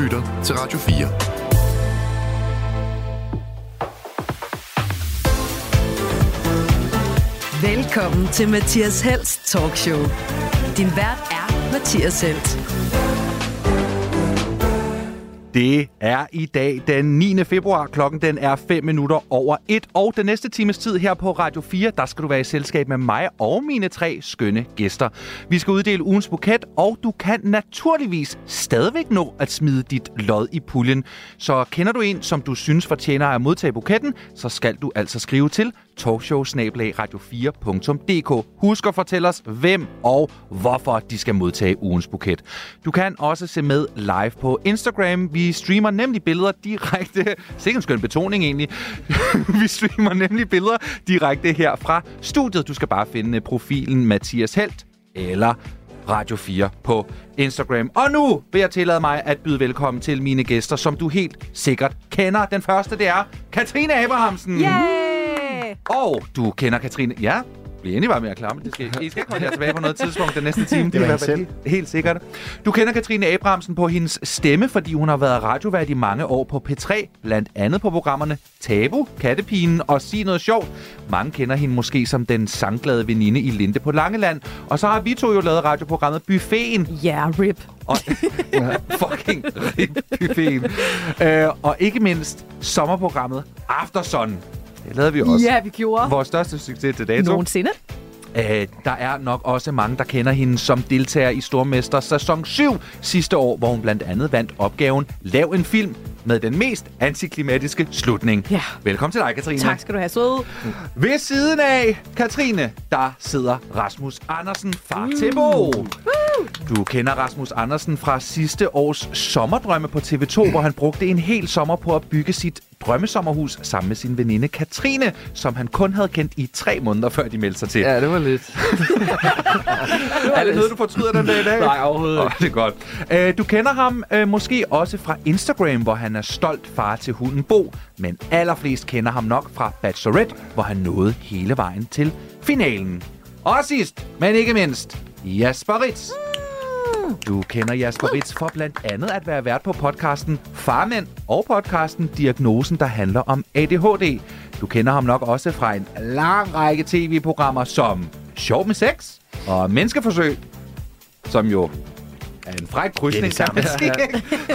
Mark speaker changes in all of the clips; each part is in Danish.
Speaker 1: lytter til Radio
Speaker 2: 4. Velkommen til Mathias Helst Talkshow. Din vært er Mathias Helt.
Speaker 3: Det er i dag den 9. februar. Klokken den er 5 minutter over 1. Og den næste times tid her på Radio 4, der skal du være i selskab med mig og mine tre skønne gæster. Vi skal uddele ugens buket, og du kan naturligvis stadigvæk nå at smide dit lod i puljen. Så kender du en, som du synes fortjener at modtage buketten, så skal du altså skrive til talkshow-radio4.dk. Husk at fortælle os, hvem og hvorfor de skal modtage ugens buket. Du kan også se med live på Instagram. Vi streamer nemlig billeder direkte... Sikke en skøn betoning egentlig. Vi streamer nemlig billeder direkte her fra studiet. Du skal bare finde profilen Mathias Helt eller Radio 4 på Instagram. Og nu vil jeg tillade mig at byde velkommen til mine gæster, som du helt sikkert kender. Den første, det er Katrine Abrahamsen.
Speaker 4: Yay!
Speaker 3: Og du kender Katrine. Ja, vi er endelig bare med at klamme. Det skal, I skal komme her tilbage på noget tidspunkt den næste time.
Speaker 5: Det var
Speaker 3: er
Speaker 5: hende
Speaker 3: helt, helt sikkert. Du kender Katrine Abrahamsen på hendes stemme, fordi hun har været radiovært i mange år på P3. Blandt andet på programmerne Tabu, Kattepinen og Sig Noget Sjovt. Mange kender hende måske som den sangglade veninde i Linde på Langeland. Og så har vi to jo lavet radioprogrammet Buffeten,
Speaker 4: Ja, yeah, rip.
Speaker 3: og fucking ribbuffeten. Øh, og ikke mindst sommerprogrammet Aftersun. Det lavede vi også.
Speaker 4: Ja, vi gjorde.
Speaker 3: Vores største succes til dato.
Speaker 4: Nogensinde.
Speaker 3: Øh, der er nok også mange, der kender hende som deltager i Stormester sæson 7 sidste år, hvor hun blandt andet vandt opgaven Lav en film med den mest antiklimatiske slutning.
Speaker 4: Ja.
Speaker 3: Velkommen til dig, Katrine.
Speaker 4: Tak skal du have, søde.
Speaker 3: Ved siden af Katrine, der sidder Rasmus Andersen fra mm. Tebo. Du kender Rasmus Andersen fra sidste års sommerdrømme på TV2, hvor han brugte en hel sommer på at bygge sit drømmesommerhus sammen med sin veninde Katrine, som han kun havde kendt i tre måneder, før de meldte sig til.
Speaker 5: Ja, det var lidt.
Speaker 3: Er det noget, du fortryder den dag i dag?
Speaker 5: Nej, overhovedet
Speaker 3: Åh, det er godt. Øh, Du kender ham øh, måske også fra Instagram, hvor han er stolt far til hunden Bo. Men allerflest kender ham nok fra Bachelorette, hvor han nåede hele vejen til finalen. Og sidst, men ikke mindst, Jasper Ritz. Du kender Jasper Ritz for blandt andet at være vært på podcasten Farmænd og podcasten Diagnosen, der handler om ADHD. Du kender ham nok også fra en lang række tv-programmer som Sjov med sex og Menneskeforsøg, som jo er en fræk krydsning.
Speaker 5: Det er det samme.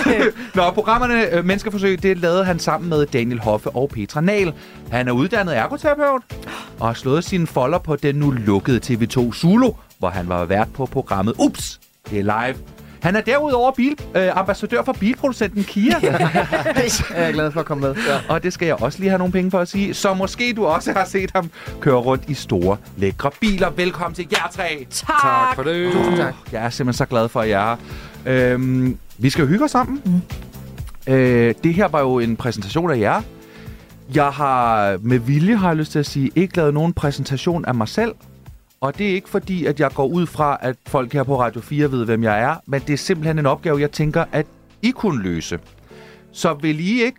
Speaker 3: samme. Nå, programmerne øh, Menneskeforsøg, det lavede han sammen med Daniel Hoffe og Petra Nahl. Han er uddannet ergoterapeut og har slået sine folder på den nu lukkede TV2 Zulu, hvor han var vært på programmet Ups, det er live. Han er derudover bil, øh, ambassadør for bilproducenten Kia.
Speaker 5: Jeg er glad for at komme med. Ja.
Speaker 3: Og det skal jeg også lige have nogle penge for at sige. Så måske du også har set ham køre rundt i store, lækre biler. Velkommen til jer tre.
Speaker 4: Tak. tak for det.
Speaker 5: Tusind tak.
Speaker 3: Jeg er simpelthen så glad for, at jeg er her. øhm, Vi skal jo hygge os sammen. Mm. Øh, det her var jo en præsentation af jer. Jeg har med vilje, har jeg lyst til at sige, ikke lavet nogen præsentation af mig selv. Og det er ikke fordi, at jeg går ud fra, at folk her på Radio 4 ved, hvem jeg er. Men det er simpelthen en opgave, jeg tænker, at I kunne løse. Så vil I ikke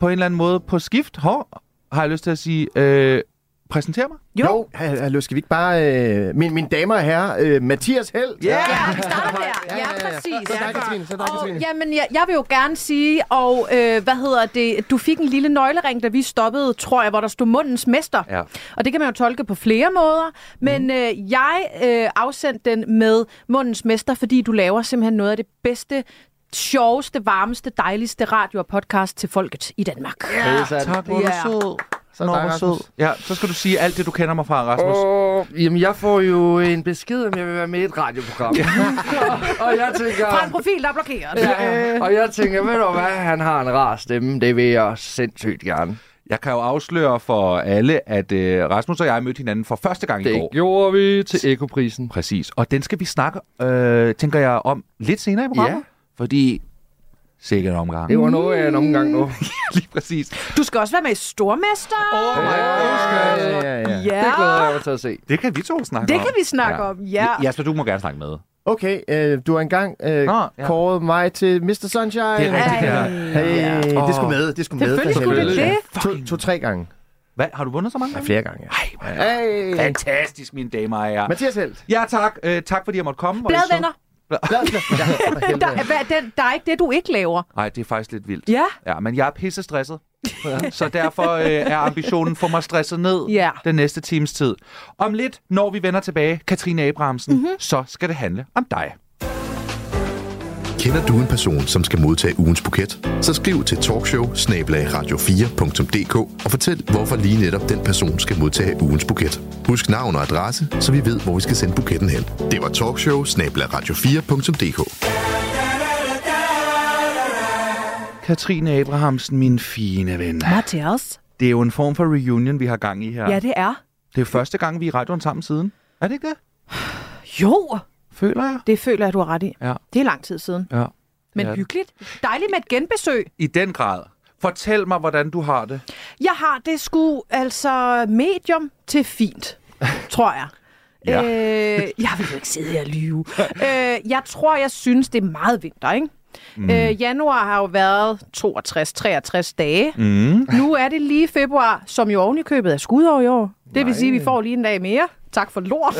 Speaker 3: på en eller anden måde på skift, hår, har jeg lyst til at sige, øh, præsentere mig?
Speaker 4: Jo.
Speaker 5: Jo, ha- hallo, skal vi ikke bare... Øh, min, mine damer og herrer, øh, Mathias Held.
Speaker 3: Ja.
Speaker 4: Ja, vi starter der. Ja, præcis.
Speaker 5: Så dig, Katrine. Så dig,
Speaker 4: Og,
Speaker 5: Katrine.
Speaker 4: jamen, jeg, jeg vil jo gerne sige, og øh, hvad hedder det, du fik en lille nøglering, da vi stoppede, tror jeg, hvor der stod mundens mester.
Speaker 3: Ja.
Speaker 4: Og det kan man jo tolke på flere måder, men
Speaker 5: Mm.
Speaker 4: øh, jeg øh, afsendte den med mundens mester, fordi du laver simpelthen noget af det bedste, sjoveste, varmeste, dejligste radio og podcast til folket i Danmark.
Speaker 5: Okay, så er det-
Speaker 3: Tak, hvor er du
Speaker 4: Ja.
Speaker 3: sød.
Speaker 5: Så er
Speaker 3: Nå,
Speaker 5: der
Speaker 3: hvor
Speaker 5: Rasmus.
Speaker 3: sød. Ja, så skal du sige alt det, du kender mig fra, Rasmus.
Speaker 5: Åh, jamen, jeg får jo en besked, om jeg vil være med i et radioprogram. og jeg tænker...
Speaker 4: Fra en profil, der er blokeret.
Speaker 5: Ja, og jeg tænker, ved du hvad, han har en rar stemme, det vil jeg sindssygt gerne.
Speaker 3: Jeg kan jo afsløre for alle, at øh, Rasmus og jeg mødte hinanden for første gang i
Speaker 5: Det
Speaker 3: går.
Speaker 5: gjorde vi til Ekoprisen.
Speaker 3: Præcis. Og den skal vi snakke, øh, tænker jeg, om lidt senere i programmet.
Speaker 5: Ja.
Speaker 3: Fordi... Sikkert en omgang.
Speaker 5: Det var noget af en omgang nu.
Speaker 3: Lige præcis.
Speaker 4: Du skal også være med i Stormester.
Speaker 3: Oh my
Speaker 5: Ja,
Speaker 3: god.
Speaker 5: ja, ja.
Speaker 4: Ja.
Speaker 5: Det glæder jeg mig til at se.
Speaker 3: Det kan vi to snakke
Speaker 4: Det
Speaker 3: om.
Speaker 4: kan vi snakke om, ja.
Speaker 3: Jasper, du må gerne snakke med.
Speaker 5: Okay, øh, du har engang øh,
Speaker 3: Nå, ja.
Speaker 5: kåret mig til Mr.
Speaker 3: Det
Speaker 5: Sunshine.
Speaker 3: er rigtigt,
Speaker 4: Ej.
Speaker 3: ja.
Speaker 5: Hey,
Speaker 4: Ja.
Speaker 5: det
Speaker 3: Åh.
Speaker 5: skulle med, det skulle med.
Speaker 4: Selvfølgelig
Speaker 5: for
Speaker 4: skulle
Speaker 5: helvede.
Speaker 4: det
Speaker 5: To- To-tre gange.
Speaker 3: Hvad? Har du vundet så mange
Speaker 5: Ja,
Speaker 3: gange?
Speaker 5: flere gange, ja.
Speaker 3: Ej,
Speaker 5: Hey.
Speaker 3: fantastisk, mine damer og herrer.
Speaker 5: Mathias Helt.
Speaker 3: Ja, tak. Øh, tak, fordi jeg måtte komme. Hvor I så-
Speaker 4: Bladvenner. Der,
Speaker 3: øh.
Speaker 4: er- hvad, den, der er ikke det, du ikke laver.
Speaker 3: Nej, det er faktisk lidt vildt.
Speaker 4: Ja.
Speaker 3: Ja, men jeg er pisse stresset. så derfor øh, er ambitionen for mig stresset ned
Speaker 4: Ja.
Speaker 3: den næste times tid. Om lidt, når vi vender tilbage, Katrine Abrahamsen,
Speaker 4: Mhm.
Speaker 3: mm-hmm. så skal det handle om dig.
Speaker 1: Kender du en person, som skal modtage ugens buket? Så skriv til talkshow radio 4dk og fortæl, hvorfor lige netop den person skal modtage ugens buket. Husk navn og adresse, så vi ved, hvor vi skal sende buketten hen. Det var talkshow radio 4dk
Speaker 3: Katrine Abrahamsen, min fine ven.
Speaker 4: Mathias.
Speaker 3: Det er jo en form for reunion, vi har gang i her.
Speaker 4: Ja, det er.
Speaker 3: Det er første gang, vi er i radioen sammen siden. Er det ikke det?
Speaker 4: Jo,
Speaker 3: Føler jeg.
Speaker 4: det føler jeg, du har ret i.
Speaker 3: Ja.
Speaker 4: Det er lang tid siden.
Speaker 3: Ja.
Speaker 4: Men
Speaker 3: Ja.
Speaker 4: hyggeligt. Dejligt med et genbesøg.
Speaker 3: I den grad. Fortæl mig, hvordan du har det.
Speaker 4: Jeg har det sgu altså medium til fint, tror jeg.
Speaker 3: Ja.
Speaker 4: Øh, jeg vil jo ikke sidde her og lyve. øh, jeg tror, jeg synes, det er meget vinter, ikke? Mm. Øh, januar har jo været 62-63 dage. Mm. Nu er det lige februar, som jo oven i købet er skudår i år. Det vil sige, at vi får lige en dag mere. Tak for lort.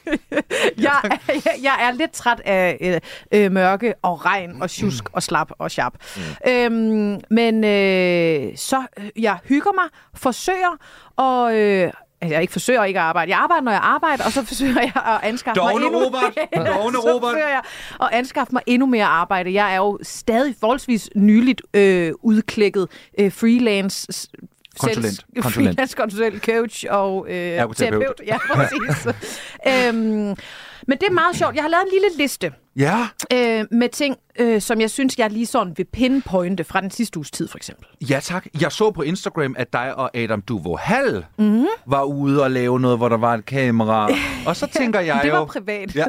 Speaker 4: jeg, er- jeg, jeg er lidt træt af øh, øh, mørke og regn og tjusk og slap og sharp. Mm. Øhm, men øh, så øh, jeg hygger mig, forsøger og... Øh, altså, jeg ikke forsøger ikke at arbejde. Jeg arbejder, når jeg arbejder, og så forsøger jeg at anskaffe
Speaker 3: Dovne
Speaker 4: mig endnu
Speaker 3: Robert!
Speaker 4: mere.
Speaker 3: Dovne
Speaker 4: så
Speaker 3: Robert!
Speaker 4: forsøger jeg at anskaffe mig endnu mere arbejde. Jeg er jo stadig forholdsvis nyligt øh, udklækket øh, freelance
Speaker 3: Konsulent.
Speaker 4: Sales,
Speaker 3: Konsulent.
Speaker 4: freelance konsulent, coach og øh,
Speaker 3: Ergoterapeut.
Speaker 4: terapeut. Ja, præcis. øhm, men det er meget sjovt. Jeg har lavet en lille liste
Speaker 3: Ja.
Speaker 4: øh, med ting, øh, som jeg synes, jeg lige sådan vil pinpointe fra den sidste uges tid, for eksempel.
Speaker 3: Ja tak. Jeg så på Instagram, at dig og Adam Duvo Hall
Speaker 4: Mhm.
Speaker 3: mm-hmm. var ude og lave noget, hvor der var et kamera. Og så tænker jeg
Speaker 4: det
Speaker 3: jo...
Speaker 4: var privat.
Speaker 3: Ja,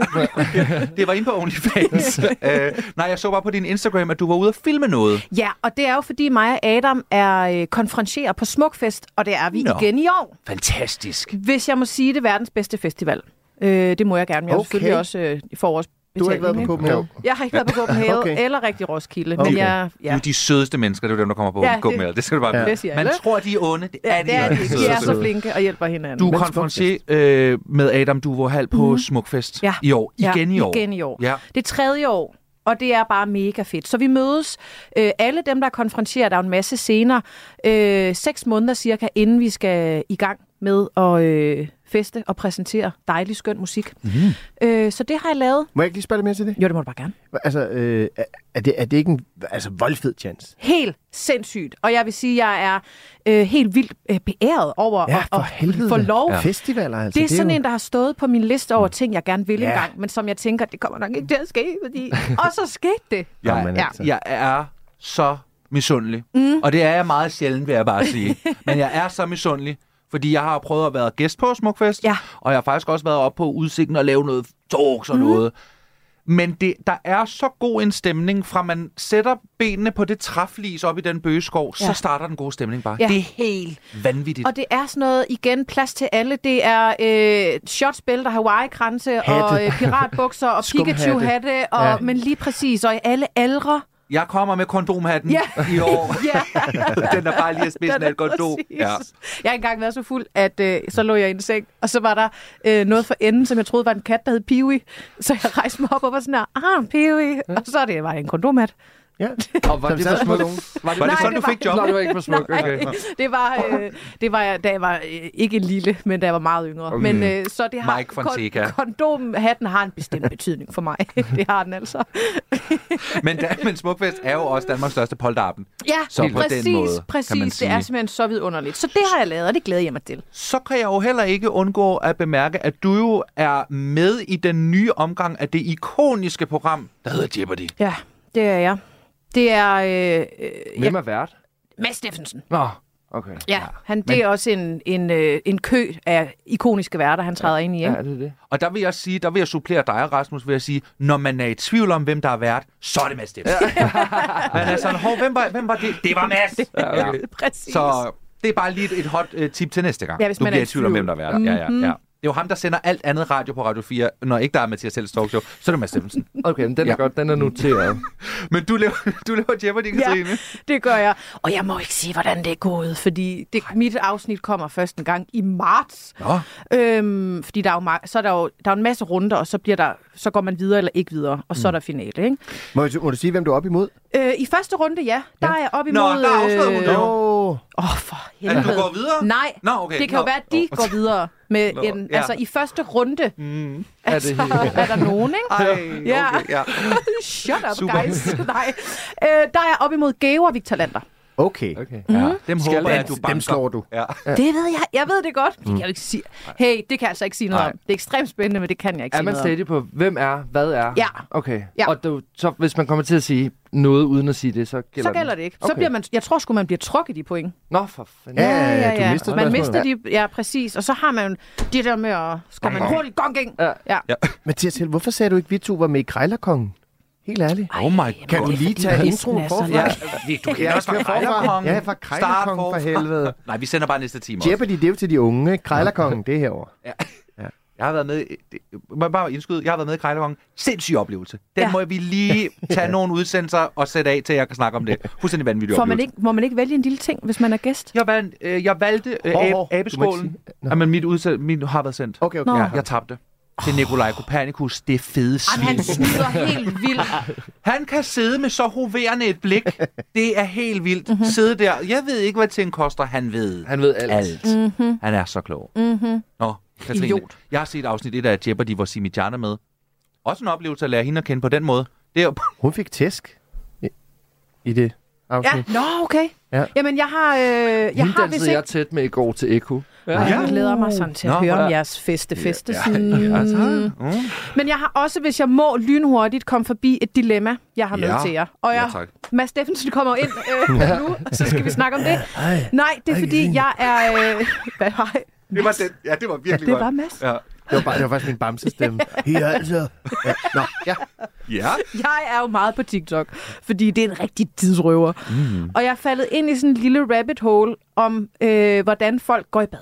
Speaker 3: det var inde på OnlyFans. øh, nej, jeg så bare på din Instagram, at du var ude og filme noget.
Speaker 4: Ja, og det er jo, fordi mig og Adam er øh, konfronteret på Smukfest, og det er vi
Speaker 3: Nå.
Speaker 4: igen i år.
Speaker 3: Fantastisk.
Speaker 4: Hvis jeg må sige, det er verdens bedste festival. Øh, det må jeg gerne, men jeg okay.
Speaker 6: Okay.
Speaker 4: selvfølgelig også øh, i forårs.
Speaker 6: Du har ikke været på Copenhagen.
Speaker 4: Jeg har ikke været på Copenhagen okay.
Speaker 6: Okay.
Speaker 4: eller rigtig Roskilde, men
Speaker 6: Okay.
Speaker 4: jeg...
Speaker 3: Ja. Det er
Speaker 4: Ja.
Speaker 3: jo de sødeste mennesker, det er jo dem, der kommer på
Speaker 4: Ja,
Speaker 3: ja, det, med. Det skal du bare
Speaker 6: Ja.
Speaker 3: vide.
Speaker 4: Det siger
Speaker 3: Man
Speaker 4: alle.
Speaker 3: tror, de er onde. Det er
Speaker 4: Ja,
Speaker 3: de,
Speaker 4: det er
Speaker 3: ikke.
Speaker 4: de. De er så
Speaker 6: søde.
Speaker 4: flinke og hjælper hinanden.
Speaker 3: Du er
Speaker 6: Men
Speaker 3: konfronteret øh, med Adam Duvo Hall på mm-hmm. Smukfest
Speaker 4: Mhm. Ja.
Speaker 3: i år. Igen
Speaker 4: ja,
Speaker 3: i år.
Speaker 4: Igen i år.
Speaker 3: Ja.
Speaker 4: Det er tredje år, og det er bare mega fedt. Så vi mødes, øh, alle dem, der er konfronteret, der er jo en masse scener, øh, seks måneder cirka, inden vi skal i gang med at øh, feste og præsentere dejlig, skøn musik. Mm. Øh, så det har jeg lavet.
Speaker 6: Må jeg ikke lige spørge dig mere til det?
Speaker 4: Jo, det må du bare gerne.
Speaker 6: Altså, øh, er- er, det, er det ikke en altså, voldfed chance?
Speaker 4: Helt sindssygt. Og jeg vil sige, at jeg er øh, helt vildt øh, beæret over
Speaker 6: Ja,
Speaker 4: at-
Speaker 6: for
Speaker 4: at
Speaker 6: helvede.
Speaker 4: få lov
Speaker 6: Ja. Festivaler, altså.
Speaker 4: Det er sådan
Speaker 6: jo- Mm.
Speaker 4: en, der har stået på min liste over ting, jeg gerne vil
Speaker 6: Ja.
Speaker 4: engang, men som jeg tænker, det kommer nok ikke til at ske, fordi... Og så skete det.
Speaker 3: Jeg,
Speaker 6: Jamen,
Speaker 4: ja.
Speaker 6: altså.
Speaker 3: jeg er så misundelig. Mm. Og det er jeg meget sjældent, vil jeg bare sige. Men jeg er så misundelig, fordi jeg har prøvet at være gæst på Smukfest,
Speaker 4: Ja.
Speaker 3: og jeg har faktisk også været oppe på udsigten og lave noget talks
Speaker 4: Mhm.
Speaker 3: og mm. noget. Men det, der er så god en stemning, fra man sætter benene på det træflis op i den bøgeskov, ja.
Speaker 4: Ja.
Speaker 3: så starter den gode stemning bare.
Speaker 4: Ja.
Speaker 3: Ja. Det er helt vanvittigt.
Speaker 4: Og det er sådan noget, igen, plads til alle. Det er øh, shotspil, der Hawaii-kranse, og
Speaker 6: Hatte.
Speaker 4: øh, piratbukser, og
Speaker 6: Skumhatte.
Speaker 4: Pikachu-hatte, og, ja.
Speaker 6: Ja.
Speaker 4: men lige præcis, og i alle aldre.
Speaker 3: Jeg kommer med kondomhatten
Speaker 4: Ja.
Speaker 3: i år.
Speaker 4: Ja,
Speaker 3: den er bare lige at spidsen af et kondom. Ja.
Speaker 4: Jeg har engang været så fuld, at øh, så lå jeg i en seng, og så var der øh, noget for enden, som jeg troede var en kat, der hed Peewee. Så jeg rejste mig op og var sådan her, ah, Peewee. Og så er det, var det en kondomat.
Speaker 6: Ja.
Speaker 5: Og var
Speaker 6: Som
Speaker 5: det
Speaker 6: sad
Speaker 5: på
Speaker 6: og
Speaker 5: smuk?
Speaker 6: smukkede.
Speaker 5: Var det,
Speaker 3: Var det
Speaker 4: Nej,
Speaker 3: sådan,
Speaker 4: det
Speaker 3: du
Speaker 4: var
Speaker 3: fik
Speaker 4: ikke-
Speaker 5: Nå,
Speaker 3: jobbet?
Speaker 5: det var ikke på smuk.
Speaker 4: Nej,
Speaker 5: Okay.
Speaker 4: det var, øh, det var, da jeg var øh, ikke lille, men da jeg var meget yngre. Okay. Men øh, så det har,
Speaker 3: Mike Fonseca.
Speaker 4: kondomhatten har en bestemt betydning for mig. det har den altså.
Speaker 3: Men, da, men Smukfest er jo også Danmarks største polterappen.
Speaker 4: Ja,
Speaker 3: Så på den
Speaker 4: præcis,
Speaker 3: måde,
Speaker 4: præcis.
Speaker 3: kan man
Speaker 4: det
Speaker 3: sige.
Speaker 4: er simpelthen så vidunderligt. Så det har jeg lavet, og det glæder jeg mig til.
Speaker 3: Så kan jeg jo heller ikke undgå at bemærke, at du jo er med i den nye omgang af det ikoniske program, der hedder Jeopardy.
Speaker 4: Ja, det er jeg. Det er øh, øh,
Speaker 5: Hvem er vært?
Speaker 4: Mads Steffensen.
Speaker 5: Nå, okay.
Speaker 4: Ja, han, det er også en, en, øh, en kø af ikoniske værter, han træder ja, ind i. Ikke?
Speaker 5: Ja, det er det.
Speaker 3: Og der vil jeg sige, der vil jeg supplere dig og Rasmus ved at sige, når man er i tvivl om, hvem der er vært, så er det Mads Stemmer. man er sådan, "Hov, hvem var, hvem var det? Det var Mads! Ja,
Speaker 4: Præcis.
Speaker 3: Så det er bare lige et, et hot øh, tip til næste gang.
Speaker 4: Ja, hvis
Speaker 3: du
Speaker 4: man er
Speaker 3: bliver
Speaker 4: i
Speaker 3: i tvivl om,
Speaker 4: tvivl. Mm-hmm.
Speaker 3: hvem der er vært. Ja, ja, ja. Det er jo ham, der sender alt andet radio på Radio 4, når ikke der er Mathias Helds talkshow, så er det Mads Stemmelsen.
Speaker 5: Okay, men den er
Speaker 3: Ja.
Speaker 5: ja. godt, den er noteret.
Speaker 3: Men du laver, du laver Jeopardy, Katrine.
Speaker 4: Ja, det gør jeg. Og jeg må ikke sige, hvordan det er gået, fordi det, mit afsnit kommer først en gang i marts.
Speaker 3: Nå.
Speaker 4: Øhm, fordi der er jo, ma- så er der jo der er jo en masse runder, og så, bliver der, så går man videre eller ikke videre, og så er der finale. Ikke?
Speaker 6: Må, du- må du sige, hvem du er op imod?
Speaker 4: Øh, I første runde, ja, der er jeg op
Speaker 3: Nå,
Speaker 4: imod... øh,
Speaker 3: der afslørede hun det jo.
Speaker 6: Åh,
Speaker 4: Åh, oh, for
Speaker 3: At
Speaker 4: helvede.
Speaker 3: du går videre?
Speaker 4: Nej,
Speaker 3: Nå, okay.
Speaker 4: det kan jo
Speaker 3: Nå.
Speaker 4: være, at de
Speaker 3: Nå.
Speaker 4: går videre med
Speaker 3: Nå,
Speaker 4: en,
Speaker 3: ja.
Speaker 4: altså i første runde. Mm. Altså,
Speaker 5: Er
Speaker 4: er,
Speaker 5: det
Speaker 4: det er der nogen, ikke?
Speaker 3: Ej,
Speaker 4: Ja.
Speaker 3: okay, ja.
Speaker 4: Shut up,
Speaker 3: Super.
Speaker 4: Super. guys. Nej. Øh, der er jeg op imod Geo og Victor Lander.
Speaker 6: okay.
Speaker 5: Okay.
Speaker 3: ja. Dem
Speaker 5: Skal
Speaker 3: håber jeg, at du
Speaker 6: Dem
Speaker 3: banker.
Speaker 6: slår du.
Speaker 3: Ja.
Speaker 4: Det ved jeg. Jeg ved det godt. Det kan jeg jo ikke sige. Hey, det kan jeg altså ikke sige noget
Speaker 3: Nej.
Speaker 4: om. Det er ekstremt spændende, men det kan jeg ikke
Speaker 5: Er
Speaker 4: sige
Speaker 5: man
Speaker 4: noget om.
Speaker 5: stadig på, hvem er, hvad er?
Speaker 4: Ja.
Speaker 5: Okay.
Speaker 4: Ja.
Speaker 5: Og du, så hvis man kommer til at sige noget uden at sige det, så gælder,
Speaker 4: Så gælder
Speaker 5: den.
Speaker 4: det ikke. Så
Speaker 5: Okay.
Speaker 4: bliver man, jeg tror sgu, man bliver trukket i point.
Speaker 5: Nå, for fanden.
Speaker 6: Ja, ja, ja. Du mister
Speaker 4: Man
Speaker 6: spørgsmålet.
Speaker 4: mister de, ja, præcis. Og så har man jo det der med at, skal man hurtigt gonggæng?
Speaker 5: Ja.
Speaker 4: Ja.
Speaker 6: Mathias Held, hvorfor sagde du ikke, vi to var med i Krejlerkongen? Helt ærligt.
Speaker 3: Oh my
Speaker 6: Kan
Speaker 3: god.
Speaker 6: du lige
Speaker 4: fordi
Speaker 6: tage
Speaker 4: listen
Speaker 6: introen
Speaker 4: er så
Speaker 6: forfra?
Speaker 4: lang.
Speaker 3: Vi- Du kender os fra
Speaker 6: kører forfra.
Speaker 3: Krejlerkongen.
Speaker 6: Ja, fra
Speaker 3: Start
Speaker 6: Krejlerkongen for
Speaker 3: forfra.
Speaker 6: helvede.
Speaker 3: Nej, vi sender bare næste time også.
Speaker 6: Jeopardy, det er jo til de unge. ikke? Krejlerkongen, det er herovre.
Speaker 3: Jeg har været med, i- det- må jeg bare indskyde, jeg har været med i Krejlerkongen. Sindssyg oplevelse. Den
Speaker 4: Ja.
Speaker 3: ja. må vi lige tage nogle udsendelser og sætte af, til jeg kan snakke om det. Fuldstændig vanvittig
Speaker 4: Får
Speaker 3: oplevelse.
Speaker 4: man ikke, må man ikke vælge en lille ting, hvis man er gæst?
Speaker 3: Jeg, valg, øh, jeg valgte øh,
Speaker 6: Hov,
Speaker 3: ab-
Speaker 6: hov, du må ikke
Speaker 3: abeskålen.
Speaker 6: sige- Nå.
Speaker 3: Jamen, mit, udsend, mit har været sendt.
Speaker 6: Okay, okay.
Speaker 4: Nå.
Speaker 6: Ja.
Speaker 3: Ja, jeg tabte. Til Nikolaj Kopernikus, det fede
Speaker 4: Jamen,
Speaker 3: svin.
Speaker 4: han snyder helt vildt.
Speaker 3: Han kan sidde med så hoverende et blik. Det er helt vildt.
Speaker 4: Mhm.
Speaker 3: Mm-hmm. Sidde der. Jeg ved ikke, hvad ting koster. Han ved
Speaker 5: Han ved alt.
Speaker 6: Altså,
Speaker 3: alt. Mm-hmm. Han er så klog. Mm-hmm. Nå, Katrine,
Speaker 4: Mhm. Idiot.
Speaker 3: jeg har set afsnit 1 af Jeopardy, hvor Simi Jan er med. Også en oplevelse at lære hende at kende på den måde. Det er jo...
Speaker 6: Hun fik tæsk.
Speaker 5: I det
Speaker 4: Ja,
Speaker 5: afsnit.
Speaker 4: nå, okay.
Speaker 6: Ja.
Speaker 4: Jamen, jeg har, øh, jeg
Speaker 5: Hende
Speaker 4: har vist
Speaker 5: dansede
Speaker 4: ikke...
Speaker 5: jeg tæt med i går til Eko. Ja.
Speaker 4: Ej,
Speaker 3: Ja.
Speaker 4: jeg glæder mig sådan til at
Speaker 3: Nå,
Speaker 4: høre
Speaker 3: ja.
Speaker 4: om jeres feste feste. Ja,
Speaker 3: Ja, tak.
Speaker 4: ja,
Speaker 3: Mm.
Speaker 4: Men jeg har også, hvis jeg må lynhurtigt, komme forbi et dilemma, jeg har med
Speaker 3: Ja.
Speaker 4: til jer. Og jeg,
Speaker 3: Ja, tak.
Speaker 4: Mads Steffensen kommer ind øh, nu, og så skal vi snakke om det. Nej, det er fordi, jeg er... Øh, hvad, hej.
Speaker 3: Det var den. Ja, det var virkelig
Speaker 4: Det var Mads.
Speaker 3: Ja.
Speaker 6: Det var, bare, det var faktisk min bamsestemme. Her altså. Ja. Nå, ja.
Speaker 3: ja.
Speaker 4: Jeg er jo meget på TikTok, fordi det er en rigtig tidsrøver. Mm. Og jeg er faldet ind i sådan en lille rabbit hole om, øh, hvordan folk går i bad.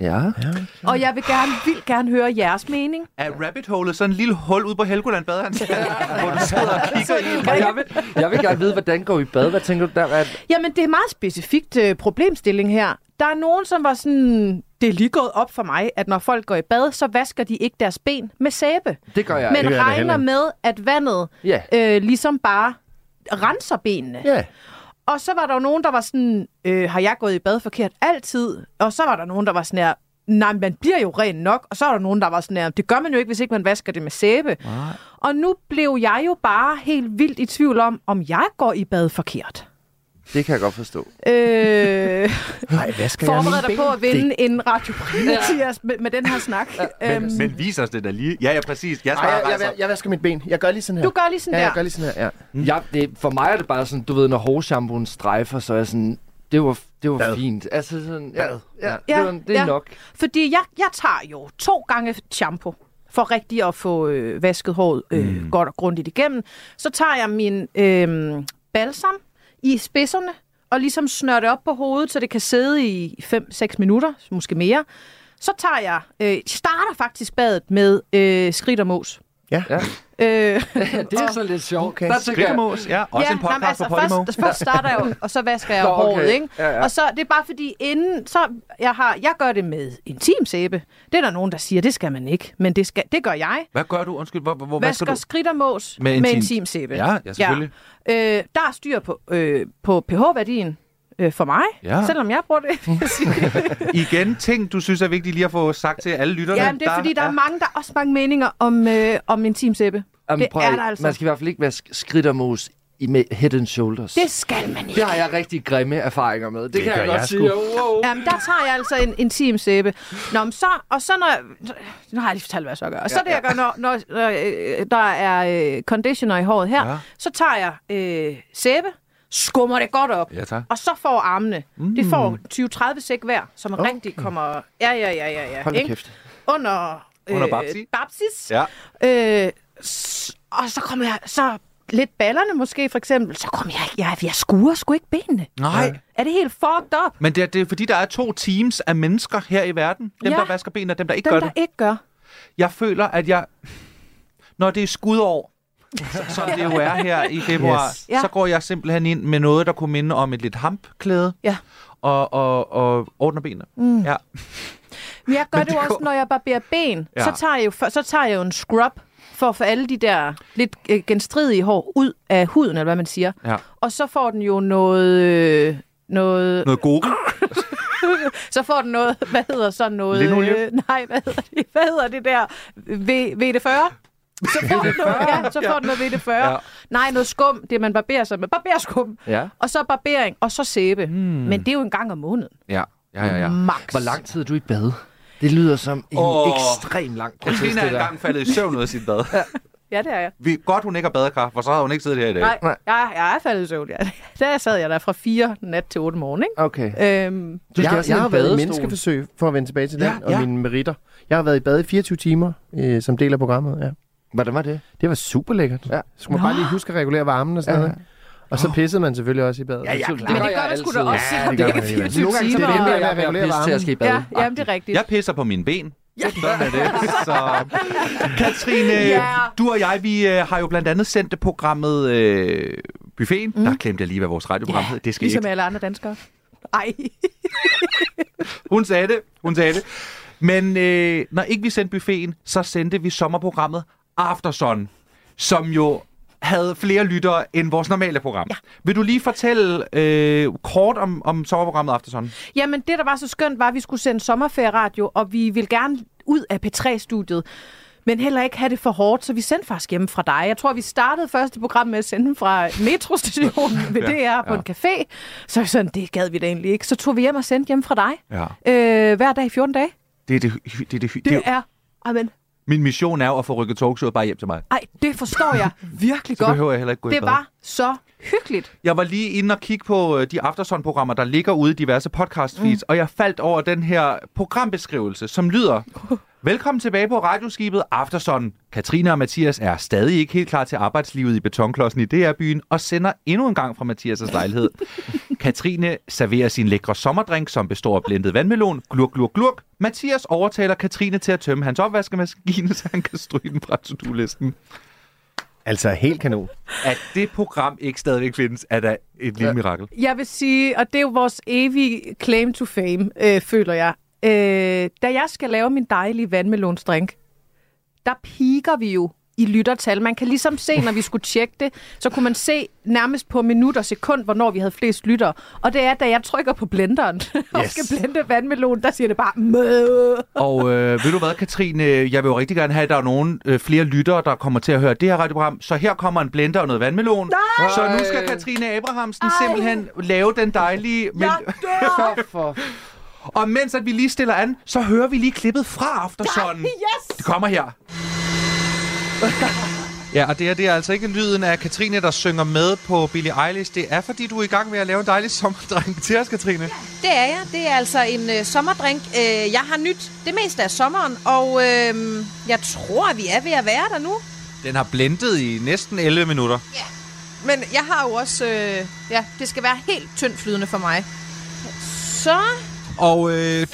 Speaker 5: ja.
Speaker 3: Mm.
Speaker 4: Og jeg vil gerne, vil gerne høre jeres mening.
Speaker 3: Er rabbit hole sådan en lille hul ude på Helgoland bader han hvor du sidder og kigger i
Speaker 5: Og jeg vil, jeg vil gerne vide, hvordan går vi i bad? Hvad tænker du der? Hvad,
Speaker 4: Jamen, det er en meget specifikt øh, problemstilling her. Der er nogen, som var sådan... Det er lige gået op for mig, at når folk går i bad, så vasker de ikke deres ben med sæbe.
Speaker 5: det gør jeg
Speaker 4: men
Speaker 6: det vil jeg da
Speaker 4: regner
Speaker 6: heller ikke.
Speaker 4: med, at vandet
Speaker 5: Ja.
Speaker 4: øh, ligesom bare renser benene.
Speaker 6: ja.
Speaker 4: Og så var der jo nogen, der var sådan, øh, har jeg gået i bad forkert altid? Og så var der nogen, der var sådan her, nej, man bliver jo ren nok. Og så var der nogen, der var sådan her, det gør man jo ikke, hvis ikke man vasker det med sæbe. Nej. Og nu blev jeg jo bare helt vildt i tvivl om, om jeg går i bad forkert.
Speaker 5: Det kan jeg godt forstå.
Speaker 4: Øh,
Speaker 6: Nej, hvad skal jeg
Speaker 4: forbered
Speaker 6: mine
Speaker 4: dig
Speaker 6: ben?
Speaker 4: på at vinde en Radio Mathias med, med den her snak. Øhm,
Speaker 3: Men vis os det der lige. Ja, ja, præcis. Jeg
Speaker 6: Ej,
Speaker 3: svarer
Speaker 6: jeg, jeg,
Speaker 3: altså.
Speaker 6: jeg, jeg vasker mit ben. Jeg gør lige sådan her.
Speaker 4: du gør lige sådan
Speaker 6: ja, jeg
Speaker 4: der.
Speaker 6: gør lige sådan her, ja.
Speaker 5: Jeg, Mm. det, for mig er det bare sådan, du ved, når hårshampooen strejfer, så er jeg sådan, det var, det var fint. Altså sådan, ja, ja, ja, det, var, det er
Speaker 4: ja.
Speaker 5: nok.
Speaker 4: Fordi jeg, jeg tager jo to gange shampoo for rigtig at få øh, vasket håret øh, mm. godt og grundigt igennem. Så tager jeg min øh, balsam i spidserne og ligesom snør det op på hovedet, så det kan sidde i 5-6 minutter, måske mere. Så tager jeg, øh, starter faktisk badet med øh, skridt og mos.
Speaker 6: Ja.
Speaker 5: Ja.
Speaker 4: Øh,
Speaker 5: Det er sådan lidt sjovt.
Speaker 6: Okay.
Speaker 5: Der tænker jeg,
Speaker 3: Skrittemos, ja. Også en podcast
Speaker 4: jamen,
Speaker 3: på Podimo.
Speaker 4: altså, Først, først starter jeg jo, og så vasker jeg
Speaker 5: Nå,
Speaker 4: Nå,
Speaker 5: okay.
Speaker 4: håret, ikke?
Speaker 5: Ja, ja.
Speaker 4: Og så, det er bare fordi inden, så jeg, har, jeg gør det med intim sæbe. Det er der nogen, der siger, det skal man ikke, men det, skal, det gør jeg.
Speaker 3: Hvad gør du? Undskyld, hvor, hvor, hvor
Speaker 4: Vasker,
Speaker 3: vasker
Speaker 4: vasker
Speaker 3: du?
Speaker 4: skridt og mås
Speaker 3: Med
Speaker 4: med,
Speaker 3: intim-
Speaker 4: med intim sæbe.
Speaker 3: Ja, ja, selvfølgelig.
Speaker 4: Ja. Øh, der er styr på, øh, på pH-værdien øh, for mig,
Speaker 3: Ja.
Speaker 4: ja. selvom jeg bruger det.
Speaker 3: Igen, ting, du synes er vigtigt lige at få sagt til alle lytterne.
Speaker 4: ja, men det er fordi, der er mange, der er også mange meninger om, øh, om intim sæbe.
Speaker 5: jamen,
Speaker 4: Det
Speaker 5: prøv,
Speaker 4: er
Speaker 5: at-
Speaker 4: der altså.
Speaker 5: Man skal i hvert fald ikke vaske skridt og mos i med head and shoulders.
Speaker 4: Det skal man ikke.
Speaker 5: det har jeg rigtig grimme erfaringer med. Det, det kan
Speaker 6: gør
Speaker 5: jeg godt
Speaker 6: jeg
Speaker 5: sige. Wow.
Speaker 4: Jamen, der tager jeg altså en intim sæbe. Nå, men så, og så når... jeg- Nu har jeg lige fortalt, hvad jeg så gør. Og så ja, det, jeg gør, når, når øh, der er øh, conditioner i håret her,
Speaker 3: Ja.
Speaker 4: ja. så tager jeg øh, sæbe, skummer det godt op,
Speaker 3: Ja, tak.
Speaker 4: og så får armene. Mm. Det får 20-30 sæk hver, som okay. rigtig kommer... Ja, ja, ja, ja, ja.
Speaker 5: Hold da
Speaker 4: ikke?
Speaker 5: kæft.
Speaker 4: Under... øh,
Speaker 3: Under babsi.
Speaker 4: Babsis.
Speaker 3: Ja.
Speaker 4: Øh, s- og så kommer jeg... Så lidt ballerne måske, for eksempel, så kom jeg ikke, jeg, jeg skuer sgu ikke benene.
Speaker 3: Nej.
Speaker 4: Er det helt fucked up?
Speaker 3: Men det er, det er fordi, der er to teams af mennesker her i verden. Dem,
Speaker 4: Ja.
Speaker 3: der vasker ben, og dem, der ikke
Speaker 4: Dem,
Speaker 3: gør
Speaker 4: der
Speaker 3: det.
Speaker 4: ikke gør.
Speaker 3: Jeg føler, at jeg... Når det er skudår, så- som det jo er her i februar, yes.
Speaker 6: Yes.
Speaker 4: Ja.
Speaker 3: så går jeg simpelthen ind med noget, der kunne minde om et lidt hampklæde.
Speaker 4: Ja.
Speaker 3: Og, og, og ordner benene. Mm. Ja.
Speaker 4: Men jeg gør
Speaker 3: Men
Speaker 4: det jo
Speaker 3: det
Speaker 4: også,
Speaker 3: går-
Speaker 4: når jeg barberer ben.
Speaker 3: Ja.
Speaker 4: Ja. Så, tager jeg jo, før- så tager jeg jo en scrub for at få alle de der lidt øh, genstridige hår ud af huden, eller hvad man siger.
Speaker 3: Ja.
Speaker 4: Og så får den jo noget... Øh, noget,
Speaker 3: Noget god.
Speaker 4: så får den noget, hvad hedder så noget... øh,
Speaker 3: Linolie?
Speaker 4: nej, hvad hedder det, hvad hedder det der? V, VD40? Så får den noget, ja, så får den noget VD40.
Speaker 3: Ja.
Speaker 4: Ja. Nej, noget skum, det man barberer sig med. Barberskum,
Speaker 5: Ja.
Speaker 4: og så barbering, og så sæbe. Mm.
Speaker 3: Hmm.
Speaker 4: Men det er jo en gang om måneden,
Speaker 3: Ja, Mm. ja, ja. ja.
Speaker 4: max.
Speaker 5: Hvor lang tid er du i bad? Det lyder som en
Speaker 3: Åh.
Speaker 5: oh. ekstrem lang proces, det
Speaker 3: Christina er
Speaker 5: der.
Speaker 3: engang faldet i søvn ud af sit bad.
Speaker 4: Ja, det er jeg.
Speaker 3: Vi, godt, hun ikke har badekar, for så havde hun ikke siddet her i dag.
Speaker 4: Nej, Nej. Jeg, jeg er faldet i søvn, ja. Der sad jeg der fra 4 nat til 8 morgen, ikke?
Speaker 5: Okay.
Speaker 4: Øhm,
Speaker 5: Du skal
Speaker 6: jeg,
Speaker 5: have sådan
Speaker 6: jeg
Speaker 5: en
Speaker 6: har været i
Speaker 5: badestol.
Speaker 6: menneskeforsøg, for at vende tilbage til
Speaker 3: Ja,
Speaker 6: den, og
Speaker 3: ja.
Speaker 6: mine meritter. Jeg har været i bad i 24 timer, øh, som del af programmet, ja.
Speaker 5: Hvordan var det?
Speaker 6: Det var super lækkert.
Speaker 5: Ja.
Speaker 6: Ja. Så skulle man bare lige huske at regulere varmen og sådan
Speaker 5: Ja.
Speaker 6: noget. ikke? Og så pissede man selvfølgelig også i badet.
Speaker 5: ja, klar.
Speaker 4: men det gør du sgu da også,
Speaker 5: Ja,
Speaker 4: selvom
Speaker 5: det
Speaker 4: det
Speaker 5: gør
Speaker 4: er
Speaker 5: man
Speaker 4: 24
Speaker 6: Nogle gange så
Speaker 4: timer.
Speaker 6: bliver
Speaker 5: Jeg
Speaker 6: jeg-
Speaker 4: og-
Speaker 6: med at
Speaker 5: er
Speaker 6: regulere
Speaker 5: pisse til at
Speaker 6: varmen.
Speaker 5: skal i bad.
Speaker 4: Ja, jamen, det er rigtigt.
Speaker 3: Jeg pisser på mine ben. Ja. Sådan er det. Så, Katrine,
Speaker 4: Ja.
Speaker 3: du og jeg, vi øh, har jo blandt andet sendt det programmet øh, Buffeten. Mm. Der glemte jeg lige, hvad vores radioprogram hed. Det skal
Speaker 4: ligesom
Speaker 3: ikke.
Speaker 4: alle andre danskere. Ej.
Speaker 3: Hun sagde det. Hun sagde det. Men øh, når ikke vi sendte buffeten, så sendte vi sommerprogrammet Aftersun, som jo havde flere lyttere end vores normale program. Ja. Vil du lige fortælle øh, kort om, om sommerprogrammet Aftersun?
Speaker 4: Jamen, det, der var så skønt, var, at vi skulle sende sommerferieradio, og vi ville gerne ud af P3-studiet. Men heller ikke have det for hårdt, så vi sendte faktisk hjemme fra dig. Jeg tror, vi startede første program med at sende fra metrostationen ved DR ja, på en café. Så sådan, det gad vi da egentlig ikke. Så tog vi hjem og sendte hjemme fra dig.
Speaker 3: Ja.
Speaker 4: Øh, hver dag i 14 dage.
Speaker 3: Det er det, hy- det, er det, hy- det,
Speaker 4: Det,
Speaker 3: det er,
Speaker 4: det er... Amen.
Speaker 3: min mission er jo at få rykket talkshowet bare hjem til mig.
Speaker 4: Ej, det forstår jeg virkelig
Speaker 3: Så
Speaker 4: godt.
Speaker 3: behøver jeg heller ikke gå i
Speaker 4: Det
Speaker 3: bad.
Speaker 4: var så hyggeligt.
Speaker 3: Jeg var lige inde og kigge på øh, de Aftersun-programmer, der ligger ude i diverse podcast-feeds, mm. og jeg faldt over den her programbeskrivelse, som lyder... Velkommen tilbage på radioskibet Aftersun. Katrine og Mathias er stadig ikke helt klar til arbejdslivet i betonklodsen i DR-byen og sender endnu en gang fra Mathias' lejlighed. Katrine serverer sin lækre sommerdrink, som består af blendet vandmelon, glurk, glurk, glurk. Mathias overtaler Katrine til at tømme hans opvaskemaskine, så han kan stryge den fra to-do-listen.
Speaker 6: Altså, helt kanon.
Speaker 3: At det program ikke stadigvæk findes, er da et lille mirakel.
Speaker 4: Jeg vil sige, og det er jo vores evige claim to fame, øh, føler jeg. Øh, da jeg skal lave min dejlige vandmelonsdrink, der piker vi jo i lyttertal. Man kan ligesom se, når vi skulle tjekke det, så kunne man se nærmest på minut og sekund, hvornår vi havde flest lytter. Og det er, da jeg trykker på blenderen yes. og skal blende vandmelonen, der siger det bare... Møh.
Speaker 3: Og øh, ved du hvad, Katrine, øh, jeg vil jo rigtig gerne have, at der er nogen øh, flere lyttere, der kommer til at høre det her radioprogram. Så her kommer en blender og noget vandmelon. Nej! Så nu skal Katrine Abrahamsen Ej! simpelthen lave den dejlige... Men,
Speaker 4: Jeg dør!
Speaker 5: For, for
Speaker 3: og mens at vi lige stiller an, så hører vi lige klippet fra Aftersun.
Speaker 4: Yes!
Speaker 3: Det kommer her. Ja, og det her det er altså ikke lyden af Katrine, der synger med på Billie Eilish. Det er, fordi du er i gang med at lave en dejlig sommerdreng til os, Katrine.
Speaker 7: Det er jeg. Det er altså en øh, sommerdrink. Øh, jeg har nyt det meste af sommeren, og øh, jeg tror, vi er ved at være der nu.
Speaker 3: Den har blendet i næsten 11 minutter.
Speaker 7: Men jeg har jo også... Øh, ja, det skal være helt tyndt flydende for mig. Så...
Speaker 3: Og øh,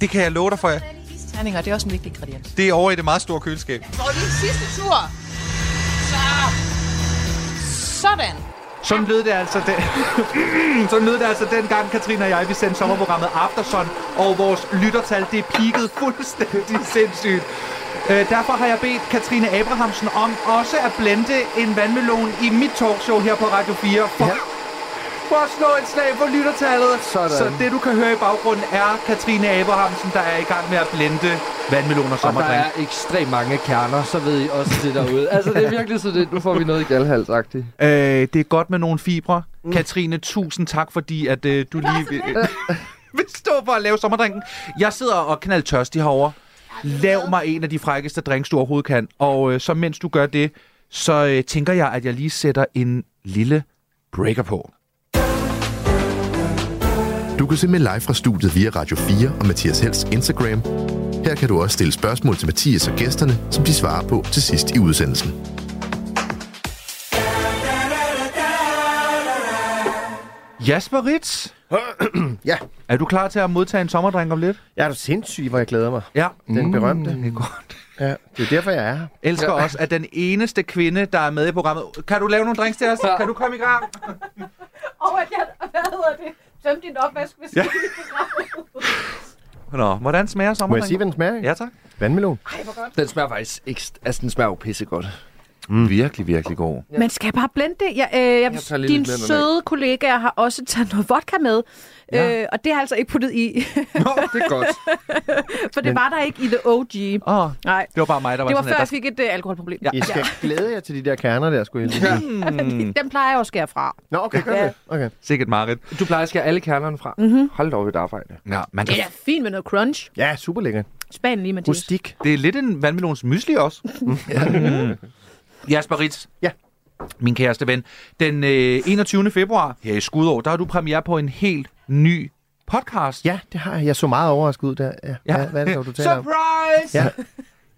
Speaker 3: det kan jeg love dig for, jer.
Speaker 7: Terninger, det er også en vigtig ingrediens.
Speaker 3: Det er over i det meget store køleskab.
Speaker 7: Og det er sidste tur. Så... Sådan.
Speaker 3: Sådan lød det altså, den... Sådan lød det altså dengang, Katrine og jeg, vi sendte sommerprogrammet Aftersun, og vores lyttertal, det peakede fuldstændig sindssygt. Øh, derfor har jeg bedt Katrine Abrahamsen om også at blende en vandmelon i mit talkshow her på Radio 4. For, ja. for at slå et slag på lyttertallet.
Speaker 6: Sådan.
Speaker 3: Så det, du kan høre i baggrunden, er Katrine Abrahamsen, der er i gang med at blende vandmelon og
Speaker 5: og der
Speaker 3: sommerdrink.
Speaker 5: er ekstremt mange kerner, så ved I også det derude. Altså, det er virkelig sådan, det, nu får vi noget i galhalsagtigt.
Speaker 3: Øh, det er godt med nogle fibre. Mm. Katrine, tusind tak, fordi at, øh, du lige vil, øh, vil stå for at lave sommerdrinken. Jeg sidder og knald tørstig herovre. Lav mig en af de frækkeste drinks, du overhovedet kan. Og øh, så mens du gør det, så øh, tænker jeg, at jeg lige sætter en lille breaker på.
Speaker 1: Du kan se med live fra studiet via Radio 4 og Mathias Helds Instagram. Her kan du også stille spørgsmål til Mathias og gæsterne, som de svarer på til sidst i udsendelsen.
Speaker 3: Jasper Ritz,
Speaker 6: Ja,
Speaker 3: er du klar til at modtage en sommerdrink om lidt?
Speaker 6: jeg er du sindssyg, hvor jeg glæder mig.
Speaker 3: Ja.
Speaker 6: Den berømte.
Speaker 3: Det er godt.
Speaker 6: Ja, det er derfor, jeg er her.
Speaker 3: Elsker også, at den eneste kvinde, der er med i programmet... Kan du lave nogle drinks til os? Kan du komme i gang?
Speaker 4: Og at jeg, hvad hedder det? Tøm din opvaskemaskine.
Speaker 3: Ja. Nå, hvordan smager
Speaker 6: Må jeg sige,
Speaker 3: sommerdrinken?
Speaker 6: hvad den smager?
Speaker 3: Ja, tak.
Speaker 6: Vandmelon.
Speaker 5: Den smager faktisk ekst- altså, den smager jo pissegodt.
Speaker 3: Mm. Virkelig, virkelig god.
Speaker 4: Man skal bare blende det. Jeg, øh, jeg,
Speaker 5: tager
Speaker 4: jeg
Speaker 5: lige
Speaker 4: dine
Speaker 5: lidt blender med.
Speaker 4: søde kollegaer har også taget noget vodka med.
Speaker 3: Ja.
Speaker 4: Ja. Øh, og det har jeg altså ikke puttet i,
Speaker 5: Nå, det er godt.
Speaker 4: for det var der ikke i The OG.
Speaker 3: Åh, oh,
Speaker 4: Nej,
Speaker 3: det var bare mig, der var,
Speaker 4: det var
Speaker 3: sådan,
Speaker 4: før jeg
Speaker 3: at
Speaker 4: fik et øh, alkoholproblem.
Speaker 3: Ja.
Speaker 4: Ja.
Speaker 6: I skal glæde jer til de der kerner der, skulle jeg lige sige.
Speaker 4: Mm. Dem plejer jeg at skære fra.
Speaker 6: Nå, okay, gør det. Okay.
Speaker 3: der... Sikkert Marit.
Speaker 5: Du plejer at skære alle kernerne fra. Mm-hmm. Hold da op et arbejde.
Speaker 3: Ja, man kan...
Speaker 4: Det er fint med noget crunch.
Speaker 6: Ja, super lækker.
Speaker 4: Span lige, Mathias.
Speaker 6: Rustik.
Speaker 3: Det er lidt en vandmelons mysli også. Mm. Jasper Ritz.
Speaker 6: Ja.
Speaker 3: Min kæreste ven. Den øh, 21. februar her i Skudår, der har du premiere på en helt ny podcast.
Speaker 6: Ja, det har jeg. Jeg så meget overrasket ud der. Ja. ja. Hvad, hvad er det, dog, du taler om?
Speaker 3: Surprise!
Speaker 6: Ja.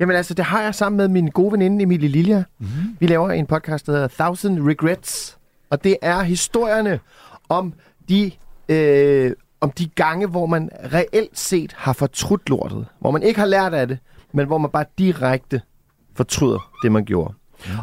Speaker 6: Jamen altså, det har jeg sammen med min gode veninde Emilie Lilja.
Speaker 3: Mhm.
Speaker 6: Mm-hmm. Vi laver en podcast, der hedder Thousand Regrets. Og det er historierne om de, øh, om de gange, hvor man reelt set har fortrudt lortet. Hvor man ikke har lært af det, men hvor man bare direkte fortryder det, man gjorde.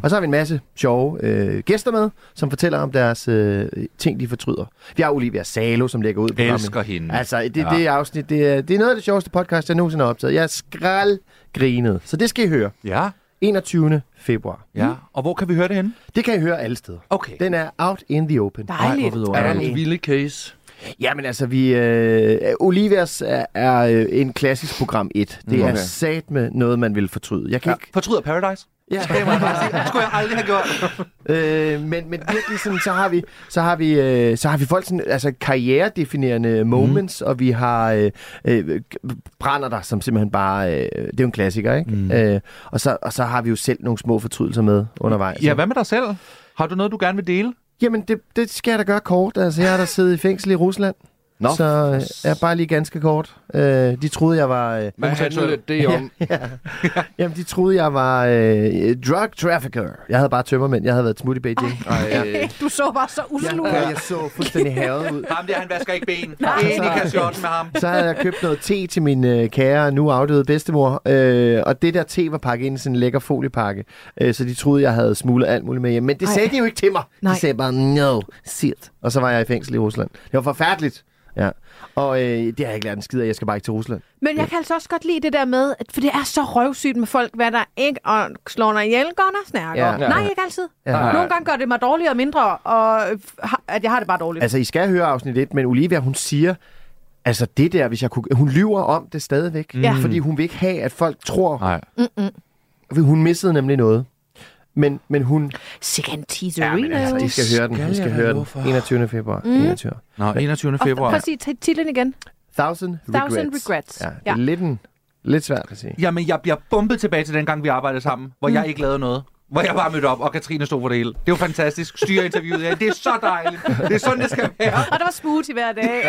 Speaker 6: Og så har vi en masse sjove øh, gæster med, som fortæller om deres øh, ting, de fortryder. Vi har Olivia Salo, som lægger ud på
Speaker 3: Elsker hende.
Speaker 6: Altså, det,
Speaker 3: Ja.
Speaker 6: ja. det afsnit, det er, det er noget af det sjoveste podcast, jeg nogensinde har optaget. Jeg er skraldgrinet, så det skal I høre.
Speaker 3: Ja,
Speaker 6: 21. februar.
Speaker 3: ja. Mm. Og hvor kan vi høre det henne?
Speaker 6: Det kan I høre alle steder.
Speaker 3: Okay.
Speaker 6: Den er out in the open.
Speaker 4: Dejligt.
Speaker 5: Er der
Speaker 6: Ja.
Speaker 5: nogle vilde case?
Speaker 6: Jamen altså, vi, øh, Olivias er, er øh, en klassisk program 1. Det okay. er
Speaker 5: Okay.
Speaker 6: sat med noget, man vil fortryde. Jeg kan ja. ikke...
Speaker 3: Fortryder Paradise.
Speaker 6: Ja.
Speaker 3: Det må jeg bare sige. Det skulle jeg aldrig have gjort.
Speaker 6: Øh, men, men virkelig sådan, så har vi, så har vi, øh, så har vi folk sådan, altså karrieredefinerende
Speaker 5: Mhm.
Speaker 6: moments, mm. og vi har øh, øh, brænder der, som simpelthen bare, øh, det er jo en klassiker, ikke?
Speaker 5: Mhm.
Speaker 6: Mm. Øh, og, så, og så har vi jo selv nogle små fortrydelser med undervejs.
Speaker 3: Ja, hvad med dig selv? Har du noget, du gerne vil dele?
Speaker 6: Jamen, det, det skal jeg da gøre kort. Altså, jeg har da siddet i fængsel i Rusland,
Speaker 5: Nå,
Speaker 6: så øh, jeg er bare lige ganske kort. Øh, de troede, jeg var... Øh,
Speaker 5: hvad handler det om?
Speaker 6: jamen, de troede, jeg var øh, drug trafficker. Jeg havde bare tømmermænd. Jeg havde været et smut i Beijing.
Speaker 5: Ej,
Speaker 4: Du så bare så usel ud.
Speaker 6: Jeg, jeg så fuldstændig havet ud.
Speaker 3: Ham der, han vasker ikke ben. Enig kasjotten med ham.
Speaker 6: Så havde jeg købt noget te til min øh, kære, nu afdøde bedstemor. Øh, og det der te var pakket ind i sådan en lækker foliepakke. Øh, så de troede, jeg havde smuglet alt muligt med hjem. Men det
Speaker 4: Ej.
Speaker 6: sagde de jo ikke til mig.
Speaker 4: Nej.
Speaker 6: De sagde bare, no, shit. Og så var jeg i fængsel i Rusland. Det var forfærdeligt. Ja. Og øh, det har jeg ikke lært en skid af. Jeg skal bare ikke til Rusland.
Speaker 4: Men jeg kan altså også godt lide det der med, at, for det er så røvsygt med folk, hvad der ikke og slår når ihjel, går når snakker.
Speaker 6: Ja.
Speaker 4: Ja. Nej, ikke altid.
Speaker 6: Ja.
Speaker 4: Ja. Nogle gange gør det mig dårligere og mindre, og øh, har- at jeg har det bare dårligt. Altså,
Speaker 6: Altså, I skal høre afsnit 1, men Olivia, hun siger, altså det der, hvis jeg kunne... Hun lyver om det stadigvæk.
Speaker 4: Ja.
Speaker 6: Fordi hun vil ikke have, at folk tror...
Speaker 3: Nej.
Speaker 6: Hun missede nemlig noget. Men, men hun...
Speaker 4: Sikke en
Speaker 6: Ja, men
Speaker 4: teaserino.
Speaker 6: altså, I skal høre den. I skal høre den. 21. februar. Mm. 21.
Speaker 3: Nå, 21.
Speaker 4: Og
Speaker 3: februar.
Speaker 4: prøv at sige t- titlen igen.
Speaker 6: Thousand Regrets.
Speaker 4: Thousand Regrets.
Speaker 6: Ja, det er
Speaker 4: Ja.
Speaker 6: ja. lidt, en, lidt svært at sige.
Speaker 3: Jamen, jeg bliver bumpet tilbage til den gang, vi arbejdede sammen, hvor jeg ikke lavede noget. Hvor jeg bare mødte op, og Katrine stod for det hele. Det var fantastisk. Styreinterviewet, ja. Det er så dejligt. Det er sådan, det skal være.
Speaker 4: Og der var smoothie hver dag.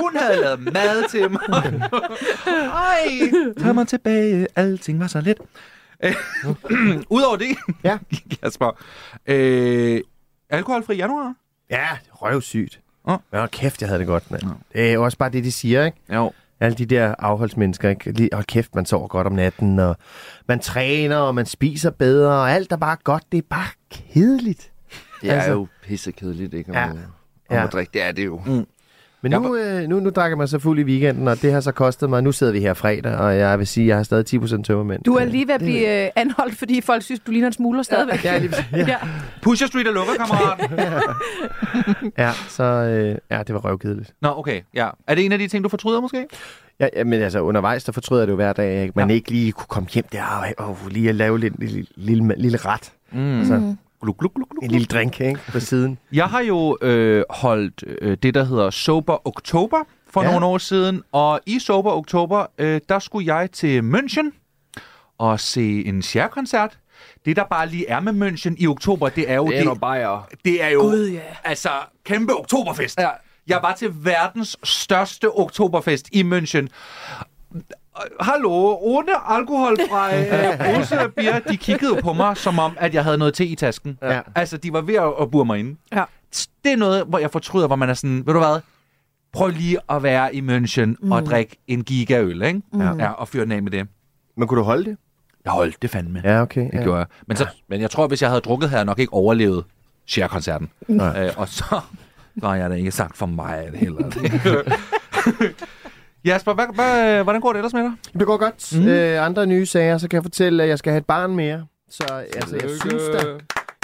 Speaker 3: Hun havde lavet mad til mig. Ej. Tag mig tilbage. Alting var så let. Øh, Udover det,
Speaker 6: Ja.
Speaker 3: Kasper. Øh, alkoholfri januar?
Speaker 6: Ja, det er røvsygt.
Speaker 3: Åh.
Speaker 6: Men hold kæft, jeg havde det godt, mand. Det er jo også bare det, de siger, ikke?
Speaker 3: Jo.
Speaker 6: Alle de der afholdsmennesker, ikke? Lige, hold kæft, man sover godt om natten, og man træner, og man spiser bedre, og alt er bare godt. Det er bare kedeligt.
Speaker 5: det er
Speaker 6: Altså.
Speaker 5: jo pissekedeligt, ikke? Om,
Speaker 6: Ja.
Speaker 5: ja. Mm. om
Speaker 6: Ja.
Speaker 5: at drikke. Det er det jo.
Speaker 6: Men nu, øh, nu, nu drak jeg mig så fuld i weekenden, og det har så kostet mig. Nu sidder vi her fredag, og jeg vil sige, at jeg har stadig 10% tømmermænd.
Speaker 4: Du er lige ved at blive øh, anholdt, fordi folk synes, du ligner en smugler stadigvæk.
Speaker 6: Ja, lige, præcis.
Speaker 4: Ja.
Speaker 3: Pusher Street er lukket, kammerat.
Speaker 6: ja, så øh, ja, det var røvkedeligt.
Speaker 3: Nå, okay. Ja. Er det en af de ting, du fortryder måske?
Speaker 6: Ja, ja, men altså undervejs, der fortryder jeg det jo hver dag, ikke? man ja. ikke lige kunne komme hjem der og oh, lige at lave lidt, lille, lille, lille ret. Mm. Altså,
Speaker 4: Mm-hmm.
Speaker 3: Gluk, gluk, gluk, gluk.
Speaker 6: en lille drink ikke? på siden.
Speaker 3: Jeg har jo øh, holdt øh, det, der hedder Sober Oktober for ja.
Speaker 6: Ja.
Speaker 3: nogle år siden. Og i Sober Oktober, øh, der skulle jeg til München og se en Cher-koncert. Det, der bare lige er med München i oktober, det er jo...
Speaker 5: Det er nogle bajere.
Speaker 3: det er jo
Speaker 4: Gud, ja.
Speaker 3: altså kæmpe oktoberfest.
Speaker 5: Ja.
Speaker 3: Jeg var til verdens største oktoberfest i München. hallo, runde alkoholfri øh, russebier, de kiggede jo på mig, som om, at jeg havde noget te i tasken.
Speaker 6: Ja.
Speaker 3: Altså, de var ved at, at bure mig inde.
Speaker 4: Ja.
Speaker 3: Det er noget, hvor jeg fortryder, hvor man er sådan, ved du hvad, prøv lige at være i München mm. og drikke en gigaøl, ikke? Ja.
Speaker 4: Mm.
Speaker 3: ja, og fyre den af med det.
Speaker 6: Men kunne du holde det?
Speaker 3: Jeg holdt det fandme.
Speaker 6: Ja, okay.
Speaker 3: Det gjorde jeg. Men, så, men jeg tror, hvis jeg havde drukket, havde jeg nok ikke overlevet Cher-koncerten. Øh, og så, så har jeg da ikke sagt for mig heller. Jasper, hvad, hvad, øh, hvordan går det ellers med dig?
Speaker 6: Det går godt. Mm. Øh, andre nye sager, så kan jeg fortælle, at jeg skal have et barn mere. Så altså, jeg synes da,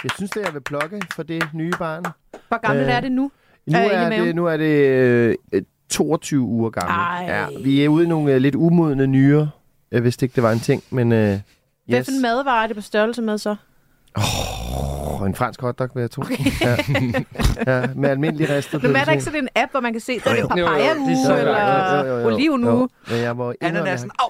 Speaker 6: jeg synes da, jeg vil plukke for det nye barn.
Speaker 4: Hvor gammel
Speaker 6: Øh,
Speaker 4: er det nu?
Speaker 6: Nu
Speaker 4: Øh, i
Speaker 6: er
Speaker 4: maven.
Speaker 6: det, nu er det øh, øh, 22 uger gammel.
Speaker 4: Ej.
Speaker 6: Ja, vi er ude i nogle øh, lidt umodne nyere, øh, hvis det ikke det var en ting, men øh, yes.
Speaker 4: Hvilken madvarer er det på størrelse med så?
Speaker 6: oh, en fransk hotdog, vil jeg tro. Okay. Ja. ja, med almindelig ristet.
Speaker 4: Nu er der
Speaker 6: pølse.
Speaker 4: ikke sådan en app, hvor man kan se, der er det
Speaker 5: Jo, jo,
Speaker 4: papaya
Speaker 5: det er så
Speaker 4: uge,
Speaker 5: godt.
Speaker 6: Jo, jo, jo,
Speaker 4: eller
Speaker 6: jo.
Speaker 4: oliven
Speaker 6: Jo,
Speaker 4: uge.
Speaker 6: Men jeg må indrømme,
Speaker 3: Ananasen.
Speaker 6: at-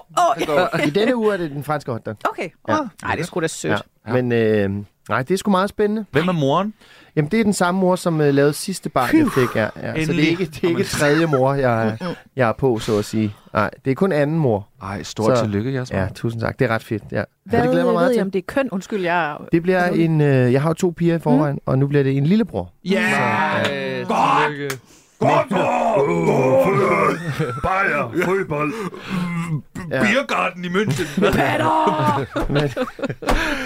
Speaker 3: Au,
Speaker 4: Åh, ja.
Speaker 6: I denne uge er det den franske hotdog.
Speaker 4: okay.
Speaker 6: Ja.
Speaker 4: Åh, Nej, det er sgu da sødt.
Speaker 6: Ja. Men øh, nej, det er sgu meget spændende.
Speaker 3: Hvem er moren?
Speaker 6: Jamen, det er den samme mor, som uh, lavede sidste barn, jeg fik. Ja, ja. Så det
Speaker 3: Endelig.
Speaker 6: er ikke, det er ikke tredje mor, jeg, jeg er på, så at sige. Nej, det er kun anden mor.
Speaker 3: Ej, stort
Speaker 6: Så-
Speaker 3: tillykke, Jasper.
Speaker 6: Ja, tusind tak. Det er ret fedt, ja. Så
Speaker 4: Hvad
Speaker 6: det glæder mig
Speaker 4: ved
Speaker 6: meget
Speaker 4: I,
Speaker 6: til.
Speaker 4: om det er køn? Undskyld, jeg er...
Speaker 6: Det bliver en... Øh, jeg har jo to piger i forvejen, mm. og nu bliver det en lillebror.
Speaker 3: Yeah!
Speaker 5: Øh,
Speaker 3: Godt!
Speaker 5: tillykke.
Speaker 3: Godt!
Speaker 1: Bajer, fodbold.
Speaker 6: Ja.
Speaker 3: Biergarten i München.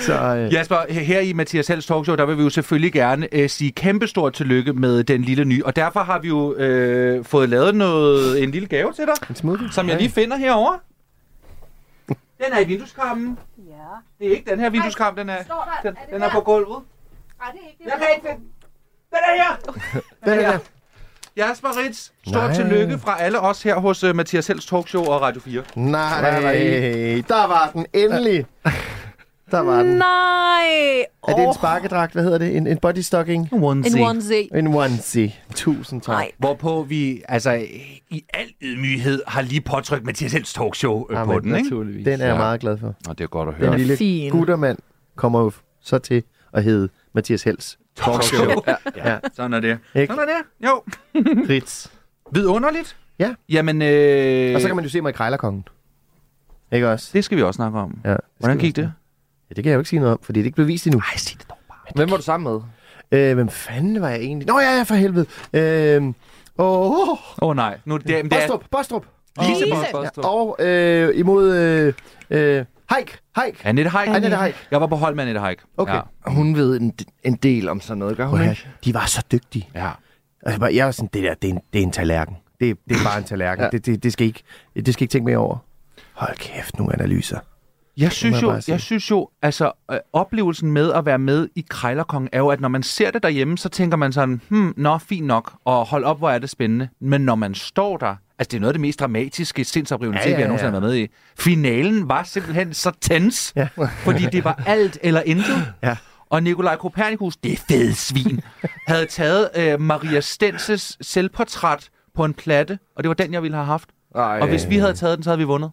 Speaker 6: Så øh,
Speaker 3: Jasper, her i Mathias Hals Talkshow, der vil vi jo selvfølgelig gerne øh, sige kæmpestort tillykke med den lille ny. Og derfor har vi jo øh, fået lavet noget, en lille gave til dig.
Speaker 6: en smoothie.
Speaker 3: Som jeg lige finder herover. Den er i vindueskarmen. Ja. Det er ikke den her vindueskarm, den er, den, den er på gulvet. Nej, det er ikke det. Jeg kan ikke finde den. er her!
Speaker 6: Hvad er det der?
Speaker 3: Jasper Ritz, stort
Speaker 6: Nej.
Speaker 3: tillykke fra alle os her hos uh, Mathias Hels Talkshow og Radio 4.
Speaker 6: Nej, der var den endelig. Der var den.
Speaker 4: Nej!
Speaker 6: Er det en
Speaker 4: Åh,
Speaker 6: sparkedragt? Hvad hedder det? En, en body stocking?
Speaker 4: en onesie.
Speaker 6: En onesie. Tusind tak.
Speaker 4: Nej.
Speaker 3: Hvorpå vi altså i al ydmyghed har lige påtrykt Mathias Hels Talkshow øh, på
Speaker 6: Jamen,
Speaker 3: den, ikke?
Speaker 5: Naturligvis.
Speaker 6: Den er jeg
Speaker 3: Ja.
Speaker 6: meget glad for.
Speaker 3: Og det er godt at
Speaker 6: Den
Speaker 3: høre.
Speaker 6: lille
Speaker 4: Fin.
Speaker 6: guttermand kommer jo så til at hedde Mathias Hels.
Speaker 3: Talkshow. ja.
Speaker 6: Ja.
Speaker 3: ja, sådan er det.
Speaker 6: Ikke?
Speaker 3: Sådan er det. Jo.
Speaker 6: Ritz.
Speaker 3: Vidunderligt.
Speaker 6: Ja.
Speaker 3: Jamen, øh,
Speaker 6: Og så kan man jo se mig i Krejlerkongen. Ikke også?
Speaker 3: det skal vi også snakke om.
Speaker 6: Ja, det skal
Speaker 3: Hvordan
Speaker 6: vi
Speaker 3: gik
Speaker 6: også.
Speaker 3: det?
Speaker 6: Ja, det kan jeg jo ikke sige noget om, fordi det er ikke blevet vist endnu.
Speaker 3: Ej, sig det dog bare.
Speaker 5: Hvem var du sammen med?
Speaker 6: Øh, hvem fanden var jeg egentlig? Nå ja, ja, for helvede. Øh, åh, oh,
Speaker 3: Åh oh, nej. Nu, det, det er,
Speaker 6: Bostrup, Bostrup.
Speaker 3: Lise
Speaker 4: Lise.
Speaker 3: Bostrup.
Speaker 6: Ja, og øh, imod øh, øh, Hike, Hike.
Speaker 3: Annette Haik.
Speaker 6: Annette Haik.
Speaker 3: Jeg var på hold med Annette Haik.
Speaker 6: Okay.
Speaker 3: Ja.
Speaker 5: Hun ved en, en del om sådan noget, gør hun
Speaker 6: Prøv
Speaker 5: ikke?
Speaker 6: at høre, De var så dygtige.
Speaker 3: ja.
Speaker 6: Og jeg var, jeg var sådan, det der, det er en, det er en tallerken. Det, det er bare en tallerken. ja. det, det, det, skal ikke, det skal ikke tænke mere over. Hold kæft, nogle analyser.
Speaker 3: Jeg synes
Speaker 6: jeg
Speaker 3: jo,
Speaker 6: bare sige.
Speaker 3: jeg synes jo, altså øh, oplevelsen med at være med i Krejlerkongen er jo, at når man ser det derhjemme, så tænker man sådan, hmm, nå, fint nok, og hold op, hvor er det spændende. Men når man står der, altså det er noget af det mest dramatiske, sindsoprivende ja,
Speaker 6: Ja,
Speaker 3: ja,
Speaker 6: ja,
Speaker 3: jeg
Speaker 6: ja.
Speaker 3: nogensinde har været med i. Finalen var simpelthen så tens, ja.
Speaker 6: Ja.
Speaker 3: fordi det var alt eller intet.
Speaker 6: Ja.
Speaker 3: Og Nikolaj Kopernikus, det fede svin, havde taget øh, Maria Stenses selvportræt på en platte, og det var den, jeg ville have haft.
Speaker 5: Nej.
Speaker 3: Og hvis vi havde taget den, så havde vi vundet.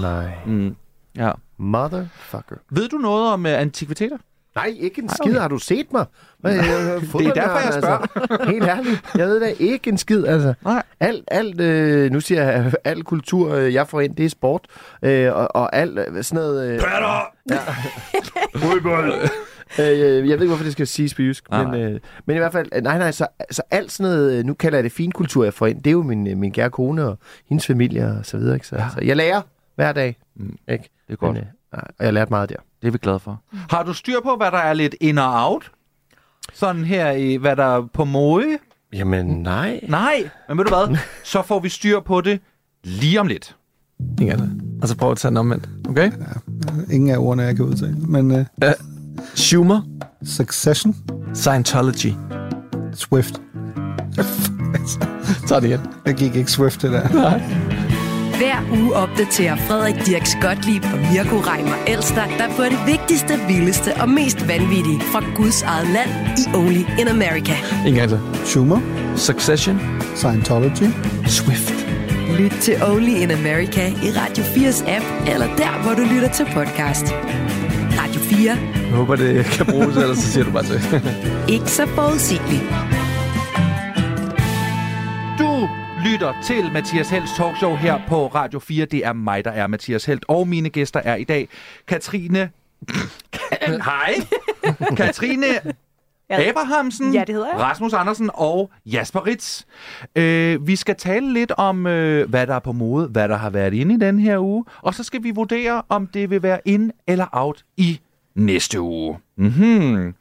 Speaker 6: Nej.
Speaker 3: Mm. Ja.
Speaker 6: Motherfucker.
Speaker 3: Ved du noget om uh, antikviteter?
Speaker 6: Nej, ikke en skid. Har du set mig? Hvad, jeg, jeg, jeg,
Speaker 3: Det er derfor, jeg
Speaker 6: Altså. Helt ærligt. Jeg ved da ikke en skid. Altså.
Speaker 3: Nej.
Speaker 6: Alt, alt øh, nu siger jeg, al kultur, øh, jeg får ind, det er sport. Øh, og, og alt øh, sådan noget... Øh,
Speaker 1: Fodbold.
Speaker 6: øh, jeg ved ikke, hvorfor det skal siges på jysk.
Speaker 3: Nej,
Speaker 6: Men, øh, men i hvert fald, øh, nej, nej, så, så alt sådan noget, øh, nu kalder jeg det finkultur, jeg får ind, det er jo min, øh, min kære kone og hendes familie og så videre. Ikke? Så, ja. så jeg lærer hver dag. Mm. Ikke?
Speaker 3: Det er godt.
Speaker 6: Men, øh, nej, og jeg lærte meget der.
Speaker 3: Det er vi glade for. Har du styr på, hvad der er lidt in og out? Sådan her i, hvad der er på mode?
Speaker 6: Jamen, nej.
Speaker 3: Nej, men ved du hvad? Så får vi styr på det lige om lidt.
Speaker 8: Og så Altså, prøv at tage den omvendt, okay?
Speaker 9: Ingen af ordene, jeg kan udtale. Men uh,
Speaker 8: Schumer,
Speaker 9: Succession,
Speaker 8: Scientology.
Speaker 9: Swift.
Speaker 8: Tag det igen.
Speaker 9: Jeg gik ikke Swift, det der.
Speaker 2: Hver uge opdaterer Frederik Dirks Gottlieb og Mirko Reimer Elster dig på det vigtigste, vildeste og mest vanvittige fra Guds eget land i Only in America.
Speaker 8: En gang til.
Speaker 9: Schumer,
Speaker 8: Succession,
Speaker 9: Scientology.
Speaker 8: Swift.
Speaker 2: Lyt til Only in America i Radio 4's app, eller der, hvor du lytter til podcast. Radio 4.
Speaker 8: Jeg håber, det kan bruges, ellers så siger du bare til.
Speaker 2: Ikke så forudsigeligt.
Speaker 3: Du lytter til Mathias Helds talkshow her på Radio 4. Det er mig, der er Mathias Helt, og mine gæster er i dag Katrine... Hej! Katrine Abrahamsen,
Speaker 4: Ja, det hedder jeg.
Speaker 3: Rasmus Andersen og Jasper Ritz. Øh, vi skal tale lidt om, øh, hvad der er på mode, hvad der har været inde i den her uge, og så skal vi vurdere, om det vil være ind eller out i næste uge. Mm-hmm.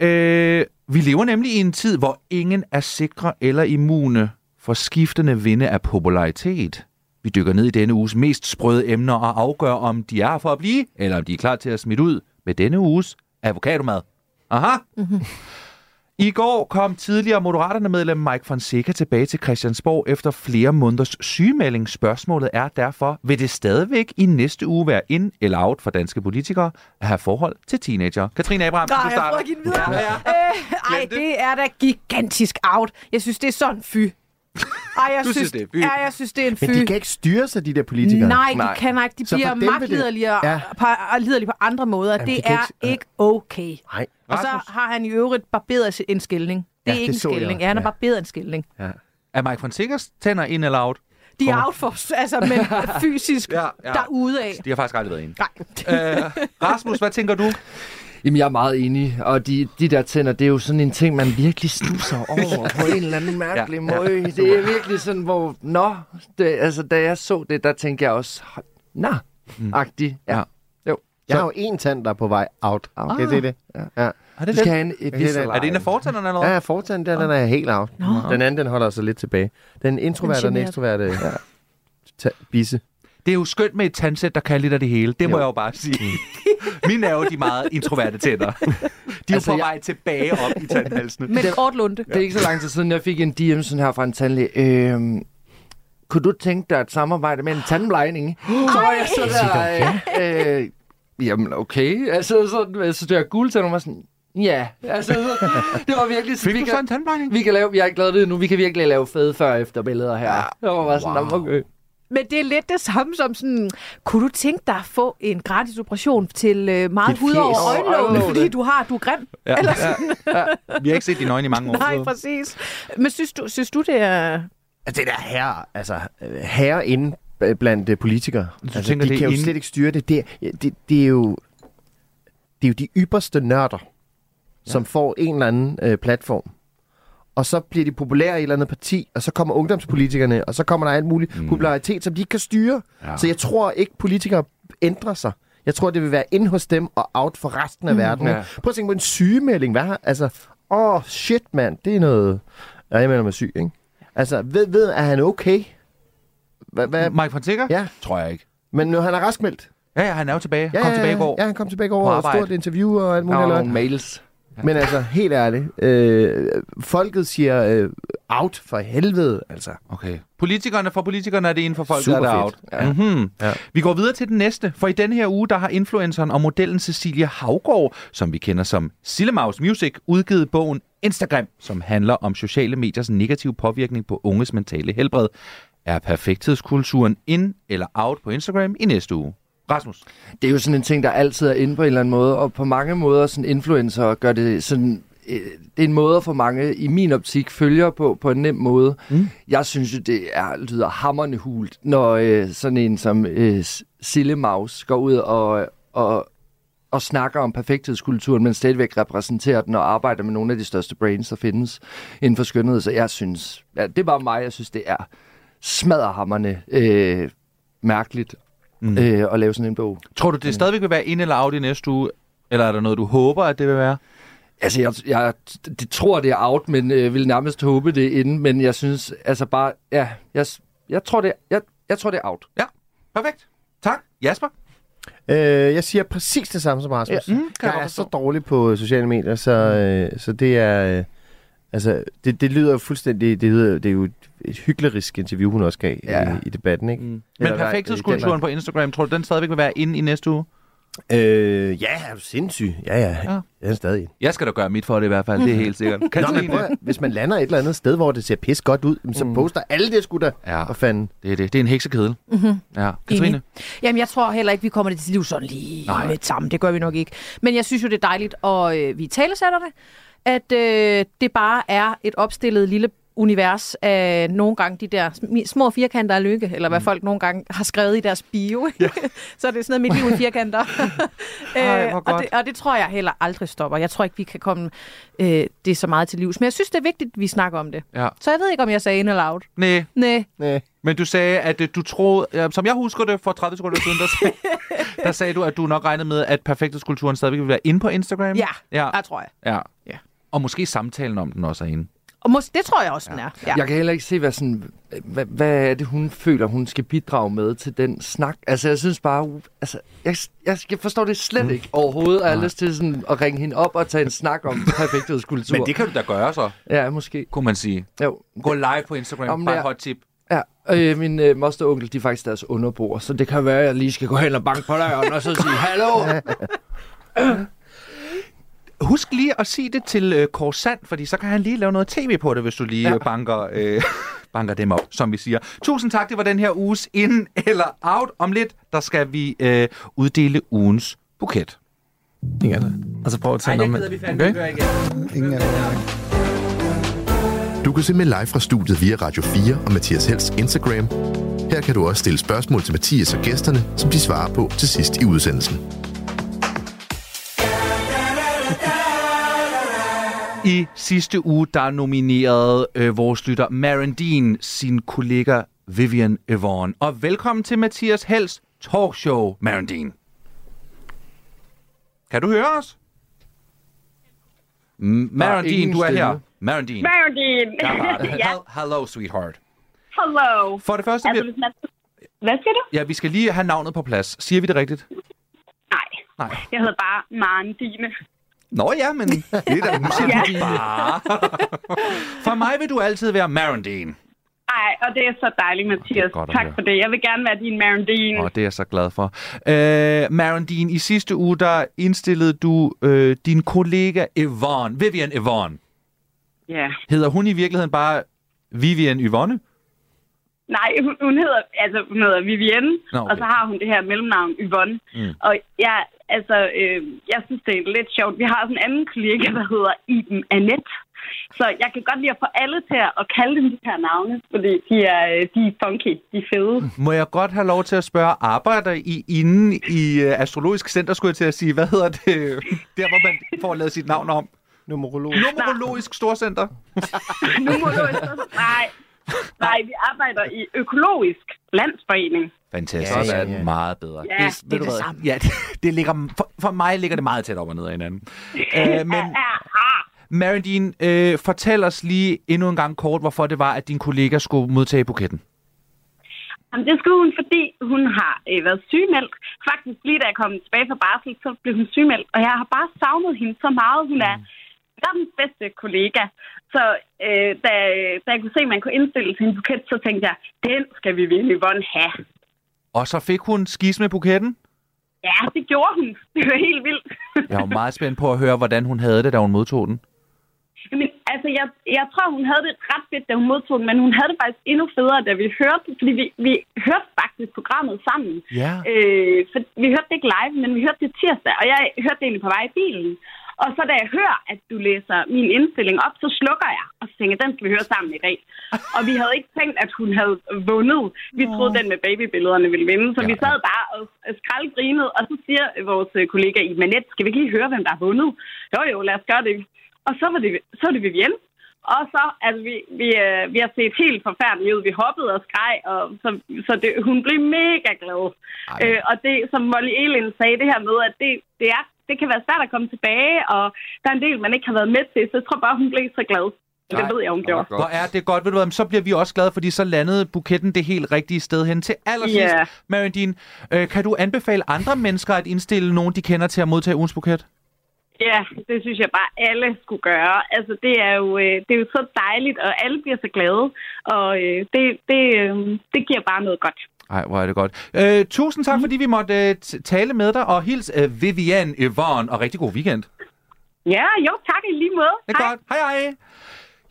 Speaker 3: Øh, vi lever nemlig i en tid, hvor ingen er sikre eller immune for skiftende vinde af popularitet. Vi dykker ned i denne uges mest sprøde emner og afgør, om de er for at blive, eller om de er klar til at smide ud med denne uges avocadomad. Aha! I går kom tidligere Moderaterne-medlem Mike Fonseca tilbage til Christiansborg efter flere måneders sygemelding. Spørgsmålet er derfor, vil det stadigvæk i næste uge være ind eller out for danske politikere at have forhold til teenager? Katrine Abraham,
Speaker 4: Nej,
Speaker 3: du
Speaker 4: Ah, jeg
Speaker 3: starter.
Speaker 4: prøver at give den videre.
Speaker 3: Ja, ja.
Speaker 4: Øh, ej,
Speaker 3: Glem det.
Speaker 4: det er da gigantisk out. Jeg synes, det er sådan fy. Ej, jeg
Speaker 3: Du synes,
Speaker 4: synes,
Speaker 3: det er fy.
Speaker 4: Ja, jeg synes, det er en fy.
Speaker 6: Men de kan ikke styre sig, de der politikere.
Speaker 4: Nej, de
Speaker 5: Nej.
Speaker 4: kan ikke. De
Speaker 6: Så
Speaker 4: bliver
Speaker 6: for dem vil det-
Speaker 4: magtliderlige og
Speaker 6: Ja.
Speaker 4: ja. liderlige på andre måder.
Speaker 6: Jamen,
Speaker 4: det
Speaker 6: de kan
Speaker 4: er
Speaker 6: ikke-
Speaker 4: ikke okay.
Speaker 6: Nej.
Speaker 4: Og så
Speaker 3: Rasmus?
Speaker 4: har han i øvrigt barberet sig en skældning. Det
Speaker 6: Ja,
Speaker 4: er ja, ikke
Speaker 6: det
Speaker 4: en
Speaker 6: så jeg
Speaker 4: skældning.
Speaker 6: også.
Speaker 4: Ja, han har
Speaker 6: Ja.
Speaker 4: barberet en skældning.
Speaker 3: Er Mike Fonseca's tænder ind eller out?
Speaker 4: De er
Speaker 3: Kommer.
Speaker 4: out for, altså, men fysisk
Speaker 3: Ja,
Speaker 4: ja,
Speaker 3: ja.
Speaker 4: ja. derude af.
Speaker 3: De har faktisk aldrig været inde.
Speaker 4: Nej.
Speaker 3: Øh, Rasmus, hvad tænker du?
Speaker 5: Jamen, jeg er meget enig, og de, de der tænder, det er jo sådan en ting, man virkelig stusser over på en eller anden mærkelig
Speaker 3: Ja, ja.
Speaker 5: måde. Det er virkelig sådan, hvor, nå, det, altså, da jeg så det, der tænkte jeg også, nå, agtig, Mm. ja.
Speaker 3: Ja.
Speaker 6: Jeg har jo en tand, der er på vej out. out.
Speaker 4: Ah.
Speaker 6: Kan I se det?
Speaker 3: Er det,
Speaker 5: Du skal have en, et
Speaker 6: det er
Speaker 5: vis
Speaker 6: det.
Speaker 3: Er det en af fortænderne eller
Speaker 6: Ja,
Speaker 3: hvad?
Speaker 6: jeg fortsatte den, den er jeg helt out.
Speaker 4: Nå.
Speaker 6: Den anden, den holder sig lidt tilbage. Den introverte og den
Speaker 4: generer.
Speaker 6: ekstroverte ja. ta- bisse.
Speaker 3: Det er jo skønt med et tandsæt, der kan lidt af det hele. Det må
Speaker 6: Jo. Mm.
Speaker 3: jeg jo bare sige. Mine er jo de meget introverte tænder. De er altså,
Speaker 5: Altså,
Speaker 3: jo på
Speaker 5: jeg-
Speaker 3: vej tilbage op i tandhalsene.
Speaker 4: Men kort lunde.
Speaker 5: Det er ikke så lang tid siden, jeg fik en DM sådan her fra en tandlæge. Øhm, kunne du tænke dig et samarbejde med en tandplejning? Så var jeg så der... Øh, øh, jamen, okay. Altså, sådan, altså det var guld til, var sådan... Ja, altså, så- det var virkelig sådan,
Speaker 3: Fik du så en tandplejning?
Speaker 5: vi kan lave, jeg er ikke lavet det nu, vi kan virkelig lave fede før og efter billeder her. Det var bare sådan, wow. okay.
Speaker 4: Men det er lidt det samme som sådan, kunne du tænke dig at få en gratis operation til øh, meget
Speaker 5: Dit
Speaker 4: hud
Speaker 5: fjes.
Speaker 4: over
Speaker 5: Over
Speaker 4: øjenlågene,
Speaker 5: øjenlågene.
Speaker 4: fordi du har, du er grim?
Speaker 3: Ja, Ellers... ja, ja. Vi har ikke set dine øjne i mange år.
Speaker 4: Nej, præcis. Men synes du, synes du det er...
Speaker 6: Altså, det der herre, altså øh, herre inde b- blandt øh, politikere. altså,
Speaker 3: tænker,
Speaker 6: de
Speaker 3: det er
Speaker 6: kan jo
Speaker 3: inde-
Speaker 6: slet ikke styre det. Det, er- det, det er jo det er jo de ypperste nørder, som får en eller anden øh, platform. Og så bliver de populære i et eller andet parti, og så kommer ungdomspolitikerne, og så kommer der alt muligt mm. popularitet, som de ikke kan styre. Ja. Så jeg tror ikke, politikere ændrer sig. Jeg tror, det vil være ind hos dem og out for resten af mm. verden.
Speaker 5: Ja.
Speaker 6: Prøv at tænke på en sygemelding. Hvad har, altså, åh, oh, shit, mand. Det er noget... Ja, jeg melder mig syg, ikke? Altså, ved, ved, er han okay? Hvad, hvad?
Speaker 3: Mike Fonseca?
Speaker 6: Ja.
Speaker 3: Tror jeg ikke.
Speaker 6: Men nu, han er raskmeldt.
Speaker 3: Ja, ja, han er jo tilbage.
Speaker 6: Ja,
Speaker 3: Kom
Speaker 6: ja,
Speaker 3: tilbage i går.
Speaker 6: Ja, han kom tilbage i
Speaker 3: På
Speaker 6: går og
Speaker 3: arbejde.
Speaker 6: stort interview og alt
Speaker 5: Der
Speaker 6: muligt.
Speaker 5: var
Speaker 6: eller-
Speaker 5: nogle mails.
Speaker 6: Men altså, helt ærligt. Øh, folket siger øh, out for helvede, altså.
Speaker 3: Okay. Politikerne for politikerne er det inden for folk,
Speaker 6: Super
Speaker 3: der er
Speaker 6: fedt.
Speaker 3: out. Ja. Mm-hmm. Ja. Vi går videre til den næste, for i denne her uge, der har influenceren og modellen Cecilia Havgård, som vi kender som Sillemaus Music, udgivet bogen Instagram, som handler om sociale mediers negative påvirkning på unges mentale helbred. Er perfekthedskulturen in eller out på Instagram i næste uge? Rasmus.
Speaker 5: det er jo sådan en ting, der altid er inde på en eller anden måde, og på mange måder sådan influencer gør det sådan... øh, Det er en måde for mange, i min optik, følger på på en nem måde. Mm. Jeg synes jo, det er, lyder hammerne hult, når øh, sådan en som øh, S- Sille Maus går ud og, og, og snakker om perfekthedskulturen, men stadigvæk repræsenterer den og arbejder med nogle af de største brains, der findes inden for skønhed. Så jeg synes, ja, det er bare mig, jeg synes, det er smadderhammerne øh, mærkeligt mm. øh, at lave sådan en bog.
Speaker 3: Tror du, det stadigvæk vil være in eller out i næste uge? Eller er der noget, du håber, at det vil være?
Speaker 5: Altså, jeg, jeg det tror, det er out, men øh, vil nærmest håbe det er inde. Men jeg synes, altså bare, ja, jeg, jeg, tror, det, jeg, jeg tror, det er out.
Speaker 3: Ja, perfekt. Tak. Jasper?
Speaker 6: Øh, jeg siger præcis det samme som Rasmus. Ja. Mm,
Speaker 3: jeg
Speaker 6: jeg
Speaker 3: godt
Speaker 6: er så
Speaker 3: forstå.
Speaker 6: dårlig på sociale medier, så, øh, så det er... Øh, altså, det, det lyder jo fuldstændig... Det, lyder, det er jo et hyklerisk interview, hun også gav ja.
Speaker 5: Ja.
Speaker 6: i, i debatten, ikke? Mm.
Speaker 3: Men perfekthedskulturen på Instagram, tror du, den stadigvæk vil være inde i næste uge?
Speaker 6: Øh, ja, er du sindssyg? Ja, ja.
Speaker 3: Ja.
Speaker 6: ja. Jeg er stadig en.
Speaker 3: Jeg skal da gøre mit for det i hvert fald, det er helt sikkert.
Speaker 6: Mhm. Nå, men prøv,
Speaker 3: Katrine?
Speaker 6: at- hvis man lander et eller andet sted, hvor det ser pis godt ud, jamen, så poster alle det sgu da.
Speaker 3: Ja.
Speaker 6: Hvad fanden?
Speaker 3: Det er det. Det er en heksekedel.
Speaker 6: Mhm.
Speaker 3: Mm-hmm. Ja. Katrine?
Speaker 4: Enig. Jamen, jeg tror heller ikke, vi kommer det til liv sådan lige
Speaker 3: Nej.
Speaker 4: Nej. med sammen. Det gør vi nok ikke. Men jeg synes jo, det er dejligt, og øh, vi talesætter det, at øh, det bare er et opstillet lille univers af nogle gange de der smi- små firkanter af lykke, eller
Speaker 3: Mm.
Speaker 4: hvad folk nogle gange har skrevet i deres bio. Ja. så er det sådan noget, mit liv i firkanter. Øh,
Speaker 3: Ej, hvor
Speaker 4: og,
Speaker 3: godt.
Speaker 4: det, og det tror jeg heller aldrig stopper. Jeg tror ikke, vi kan komme øh, det så meget til livs. Men jeg synes, det er vigtigt, at vi snakker om det.
Speaker 3: Ja.
Speaker 4: Så jeg ved ikke, om jeg sagde in eller out.
Speaker 3: Nej,
Speaker 4: Næh.
Speaker 6: Nej.
Speaker 3: men du sagde, at øh, du troede, øh, som jeg husker det for 30 sekunder siden, der sagde, der sagde du, at du nok regnede med, at Perfekthedskulturen stadigvæk vil være inde på Instagram.
Speaker 4: Ja,
Speaker 3: Ja.
Speaker 4: ja. tror jeg.
Speaker 3: ja.
Speaker 4: Ja.
Speaker 3: Og måske samtalen om den også er inde.
Speaker 4: Og mås- det tror jeg også, den er. Ja.
Speaker 5: Jeg kan heller ikke se, hvad, sådan, hvad, hvad er det, hun føler, hun skal bidrage med til den snak. Altså, jeg synes bare... u- Altså, jeg, jeg, jeg forstår det slet
Speaker 3: Mm.
Speaker 5: ikke overhovedet. og Jeg har lyst til sådan, at ringe hende op og tage en snak om perfekthedskultur.
Speaker 3: Men det kan du da gøre så,
Speaker 5: Ja, måske.
Speaker 3: kunne man sige.
Speaker 5: Jo.
Speaker 3: Gå live på Instagram,
Speaker 5: Om
Speaker 3: bare
Speaker 5: der-
Speaker 3: hot tip.
Speaker 5: Ja, og øh, min øh, moster og onkel, de er faktisk deres underboer, så det kan være, at jeg lige skal gå hen og banke på døren og så sige, hallo!
Speaker 3: Husk lige at sige det til øh, Korsand, fordi så kan han lige lave noget tv på det, hvis du lige ja. banker, øh, banker dem op, som vi siger. Tusind tak, det var den her uges In eller Out. Om lidt, der skal vi øh, uddele ugens buket.
Speaker 8: Ingen af det. Og så prøv at tage en omvendt. Okay?
Speaker 3: igen.
Speaker 9: Ingen af det.
Speaker 1: Du kan se med live fra studiet via Radio 4 og Mathias Helds Instagram. Her kan du også stille spørgsmål til Mathias og gæsterne, som de svarer på til sidst i udsendelsen.
Speaker 3: I sidste uge, der nominerede øh, vores lytter Maren Dean sin kollega Vivian Yvonne. Og velkommen til Mathias Hels talkshow, Maren Dean. Kan du høre os? M- Maren Dean,
Speaker 5: ingen
Speaker 3: du er
Speaker 5: stemme.
Speaker 3: her. Maren Dean.
Speaker 10: Geraldine. ja,
Speaker 3: Hel- Hello, sweetheart.
Speaker 10: hello.
Speaker 3: For det første,
Speaker 10: Altså,
Speaker 3: vi,
Speaker 10: hvis man... Hvad siger du?
Speaker 3: ja, vi skal lige have navnet på plads. Siger vi det rigtigt?
Speaker 10: Nej,
Speaker 3: Nej.
Speaker 10: jeg hedder bare Maren Dine.
Speaker 3: Nå ja, men det er da nu siger du bare. For mig vil du altid være Maren Dean.
Speaker 10: Ej, og det er så dejligt, Mathias.
Speaker 3: godt at
Speaker 10: tak
Speaker 3: høre.
Speaker 10: for det. Jeg vil gerne være din Maren Dine.
Speaker 3: Og det er jeg så glad for. Øh, Marandine, i sidste uge, der indstillede du øh, din kollega Yvonne, Vivian Yvonne.
Speaker 10: Ja.
Speaker 3: Hedder hun i virkeligheden bare Vivian Yvonne?
Speaker 10: Nej, hun, hun hedder, altså, hun hedder Vivienne,
Speaker 3: Nå, okay.
Speaker 10: og så har hun det her mellemnavn Yvonne.
Speaker 3: Mm.
Speaker 10: Og jeg, altså, øh, jeg synes, det er lidt sjovt. Vi har sådan en anden kollega, der hedder Iben Annette. Så jeg kan godt lide at få alle til at kalde dem de her navne, fordi de er, øh, de er funky, de er fede.
Speaker 3: Må jeg godt have lov til at spørge, arbejder I inde i øh, Astrologisk Center, skulle jeg til at sige, hvad hedder det, der hvor man får lavet sit navn om?
Speaker 6: Numerolog.
Speaker 3: Numerologisk Storcenter?
Speaker 10: Nu må du ikke... Nej. Nej, vi arbejder i økologisk landsforening.
Speaker 3: Fantastisk.
Speaker 5: Ja,
Speaker 3: Ja,
Speaker 5: ja,
Speaker 3: ja.
Speaker 5: ja.
Speaker 3: Meget bedre.
Speaker 10: Ja,
Speaker 3: det er det samme. Ja, det, det ligger, for, for mig ligger det meget tæt op og ned af hinanden. øh, men,
Speaker 10: Ja, ah,
Speaker 3: Marindine, øh, fortæl os lige endnu en gang kort, hvorfor det var, at din kollega skulle modtage buketten.
Speaker 10: Jamen, det skulle hun, fordi hun har øh, været sygemeldt. Faktisk lige da jeg kom tilbage fra barsel, så blev hun sygemeldt. Og jeg har bare savnet hende så meget. Hun er verdens bedste kollega. Så øh, da, da jeg kunne se, at man kunne indstille til en buket, så tænkte jeg, den skal vi virkelig Yvonne have.
Speaker 3: Og så fik hun skis med buketten.
Speaker 10: Ja, det gjorde hun. Det var helt vildt.
Speaker 3: Jeg var meget spændt på at høre, hvordan hun havde det, da hun modtog den.
Speaker 10: Men altså, jeg, jeg tror, hun havde det ret fedt, da hun modtog den, men hun havde det faktisk endnu federe, da vi hørte det, fordi vi, vi hørte faktisk programmet sammen.
Speaker 3: Ja.
Speaker 10: Øh, for vi hørte det ikke live, men vi hørte det tirsdag, og jeg hørte det egentlig på vej i bilen. Og så da jeg hører, at du læser min indstilling op, så slukker jeg og så tænker, jeg, den skal vi høre sammen i dag. Og vi havde ikke tænkt, at hun havde vundet. Vi troede, den med babybillederne ville vinde. Så ja, vi sad bare og skraldgrinede, og så siger vores øh, kollega i Manet, skal vi ikke lige høre, hvem der har vundet? Jo jo, lad os gøre det. Og så var det, så var det Vivienne. Og så, altså, vi, vi, øh, vi har set helt forfærdeligt ud. Vi hoppede og skreg, og så, så det, hun blev mega glad. Øh, og det, som Molly Elin sagde, det her med, at det, det, er, det kan være svært at komme tilbage, og der er en del, man ikke har været med til, så jeg tror bare, hun blev så glad. Nej, det ved jeg, hun gjorde.
Speaker 3: Hvor er det godt, ved du hvad, men så bliver vi også glade, fordi så landede buketten det helt rigtige sted hen til allersidst.
Speaker 10: Ja.
Speaker 3: Yeah. Marindine, øh, kan du anbefale andre mennesker at indstille nogen, de kender til at modtage ugens buket?
Speaker 10: Ja, det synes jeg bare, alle skulle gøre. Altså, det er jo, øh, det er jo så dejligt, og alle bliver så glade, og øh, det, det, øh, det giver bare noget godt.
Speaker 3: Nej, hvor er det godt. Øh, tusind
Speaker 4: Mm.
Speaker 3: tak, fordi vi måtte øh, t- tale med dig, og hils øh, Vivian Yvonne, og rigtig god weekend.
Speaker 10: Ja, jo, tak i lige måde.
Speaker 3: Det er godt. Hej, hej.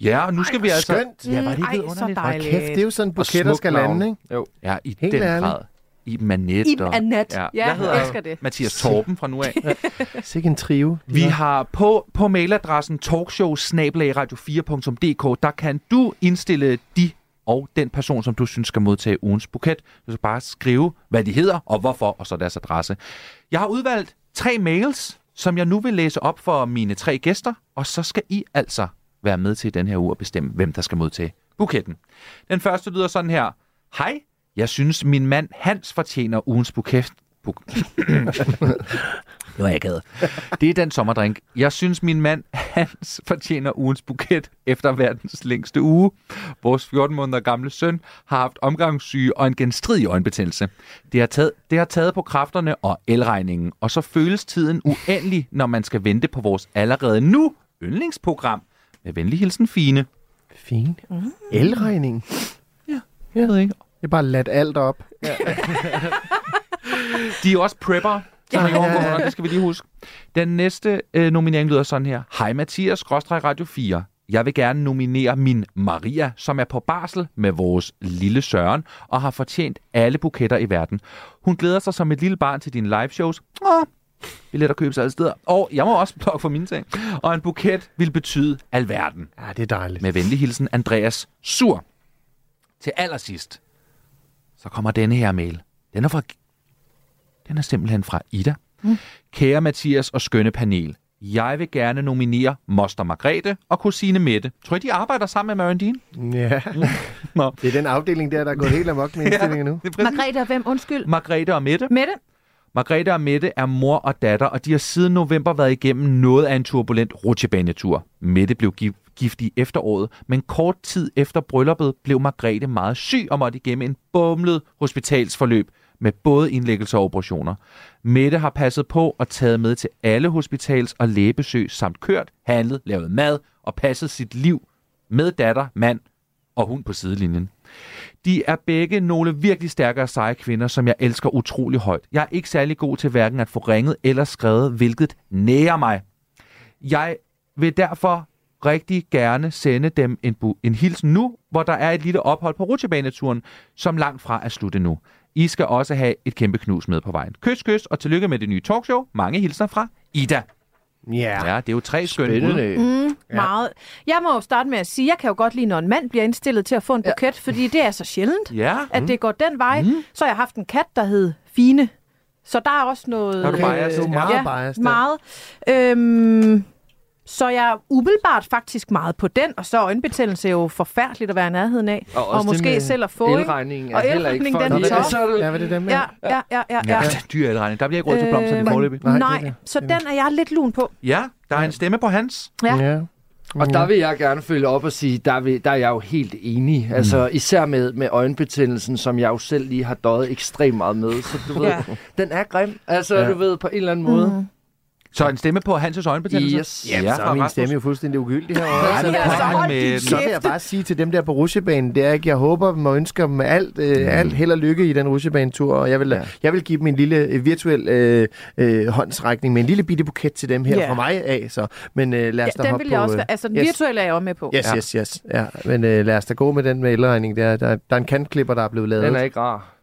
Speaker 3: Ja, og nu skal vi altså...
Speaker 6: Skønt.
Speaker 3: Ja, var det
Speaker 4: Ej,
Speaker 3: ikke
Speaker 4: så
Speaker 3: underligt?
Speaker 6: Mm, Kæft, det
Speaker 4: dejligt.
Speaker 6: er jo sådan, buketter skal lande, ikke?
Speaker 5: Jo.
Speaker 3: Ja, i
Speaker 6: Helt
Speaker 3: den
Speaker 6: ærligt.
Speaker 3: grad. Iben Annette.
Speaker 4: Iben
Speaker 3: og-
Speaker 4: Annat. Ja,
Speaker 3: Jeg
Speaker 4: jeg
Speaker 3: hedder
Speaker 4: elsker det.
Speaker 3: Mathias Torben fra nu af.
Speaker 6: Sikke en trio.
Speaker 3: Vi har på, på mailadressen talkshow-radio4.dk, der kan du indstille de og den person, som du synes skal modtage ugens buket. Du skal bare skrive, hvad de hedder og hvorfor, og så deres adresse. Jeg har udvalgt tre mails, som jeg nu vil læse op for mine tre gæster, og så skal I altså være med til den her uge og bestemme, hvem der skal modtage buketten. Den første lyder sådan her. Hej, jeg synes, min mand Hans fortjener ugens buket. Buk- det var akavet. Det er den sommerdrink. Jeg synes, min mand Hans fortjener ugens buket efter verdens længste uge. Vores 14 måneder gamle søn har haft omgangssyge og en genstridig øjenbetændelse. Det har, taget, det har taget på kræfterne og elregningen, og så føles tiden uendelig, når man skal vente på vores allerede nu yndlingsprogram. Med venlig hilsen, Fine.
Speaker 6: Fint. Elregning.
Speaker 3: Jeg ved ikke.
Speaker 6: Jeg bare ladt alt op.
Speaker 3: De er også prepper. Så ja, ja, ja. Det skal vi lige huske. Den næste øh, nominering lyder sådan her. Hej Mathias, skråstreg Radio 4. Jeg vil gerne nominere min Maria, som er på barsel med vores lille Søren, og har fortjent alle buketter i verden. Hun glæder sig som et lille barn til dine liveshows. Åh, billetter købes alle steder. Og jeg må også plukke for mine ting. Og en buket vil betyde alverden.
Speaker 6: Ja, det er dejligt.
Speaker 3: Med venlig hilsen, Andreas Sur. Til allersidst, så kommer denne her mail. Den er, fra, den er simpelthen fra Ida. Mm. Kære Mathias og skønne panel, jeg vil gerne nominere Moster Margrethe og kusine Mette. Tror I, de arbejder sammen med Marandine?
Speaker 6: Ja.
Speaker 3: Nå.
Speaker 6: Det er den afdeling der, der er gået helt amok med indstillingen nu.
Speaker 4: Margrethe og hvem? Undskyld.
Speaker 3: Margrethe og Mette.
Speaker 4: Mette?
Speaker 3: Margrethe og Mette er mor og datter, og de har siden november været igennem noget af en turbulent rutsjebanetur. Mette blev gi- gift i efteråret, men kort tid efter brylluppet blev Margrethe meget syg og måtte igennem en bumlet hospitalsforløb med både indlæggelser og operationer. Mette har passet på og taget med til alle hospitals- og lægebesøg samt kørt, handlet, lavet mad og passet sit liv med datter, mand og hun på sidelinjen. De er begge nogle virkelig stærke og seje kvinder, som jeg elsker utrolig højt. Jeg er ikke særlig god til hverken at få ringet eller skrevet, hvilket nærer mig. Jeg vil derfor rigtig gerne sende dem en, bu- en hilsen nu, hvor der er et lille ophold på rutsjebaneturen, som langt fra er slut endnu. I skal også have et kæmpe knus med på vejen. Kys, kys, og tillykke med det nye talkshow. Mange hilser fra Ida.
Speaker 6: Ja.
Speaker 3: Ja, det er jo tre skønne bud.
Speaker 5: Spændende.
Speaker 4: Ja. Meget. Jeg må jo starte med at sige, jeg kan jo godt lide, når en mand bliver indstillet til at få en buket, ja. fordi det er så sjældent,
Speaker 3: Ja,
Speaker 4: at det går den vej. Mm. Så har jeg haft en kat, der hed Fine. Så der er også noget...
Speaker 3: Der er du
Speaker 6: Okay,
Speaker 3: biased,
Speaker 6: det er
Speaker 3: ja.
Speaker 6: meget biased.
Speaker 4: meget. Øhm, så jeg er umiddelbart faktisk meget på den, og så er øjenbetændelse jo forfærdeligt at være i nærheden af.
Speaker 5: Og også det med
Speaker 4: måske selv at få, ikke?
Speaker 5: Elregningen er
Speaker 4: Og
Speaker 5: heller ikke
Speaker 4: elregningen,
Speaker 5: for
Speaker 4: den
Speaker 6: Nå,
Speaker 4: er
Speaker 6: det
Speaker 4: top.
Speaker 6: er,
Speaker 5: Og så er det
Speaker 6: ja, hvad er det dem?
Speaker 4: Ja, ja, ja, ja.
Speaker 3: Ja,
Speaker 4: ja. Øh,
Speaker 3: dyr elregning. Der bliver ikke råd til blomster i forløbet.
Speaker 6: Nej, det er
Speaker 4: Nej,
Speaker 6: det.
Speaker 4: så den er jeg lidt lun på.
Speaker 3: Ja, der er en stemme på hans.
Speaker 4: Ja.
Speaker 6: ja.
Speaker 5: Og
Speaker 3: Mhm.
Speaker 5: der vil jeg gerne følge op og sige, der, vil, der er jeg jo helt enig. Altså
Speaker 3: Mhm.
Speaker 5: især med, med øjenbetændelsen, som jeg jo selv lige har døjet ekstremt meget med. Så du ved,
Speaker 4: Ja.
Speaker 5: den er grim. Altså
Speaker 6: Ja.
Speaker 5: du ved, på en eller anden måde. Mm.
Speaker 3: Så en stemme på Hans' øjenbetændelse?
Speaker 5: Yes.
Speaker 3: Ja,
Speaker 6: Mhm. Så er min
Speaker 3: Rasmus.
Speaker 6: stemme jo fuldstændig ugyldig
Speaker 3: Ja,
Speaker 6: herovre.
Speaker 3: det er så
Speaker 4: hold
Speaker 3: med
Speaker 4: din
Speaker 6: Så vil jeg bare sige til dem der på rusjebanen, det er ikke, jeg håber dem og ønsker dem alt,
Speaker 5: Mm.
Speaker 6: øh, alt held og lykke i den rusjebanetur, og jeg vil, ja. jeg vil give dem en lille øh, virtuel øh, øh, håndsrækning med en lille bitte buket til dem her
Speaker 4: Ja.
Speaker 6: fra mig af, så. Men øh, lad os da
Speaker 4: Ja, den
Speaker 6: hoppe
Speaker 4: vil jeg
Speaker 6: på,
Speaker 4: også
Speaker 6: øh,
Speaker 4: være. Altså, den
Speaker 6: yes.
Speaker 4: virtuelle er jeg også med på.
Speaker 6: Yes,
Speaker 3: Ja.
Speaker 6: yes, yes. Ja, men øh, lad os da gå med den med elregning. Der, der, der er en kantklipper, der er blevet lavet.
Speaker 5: Den er ikke rar.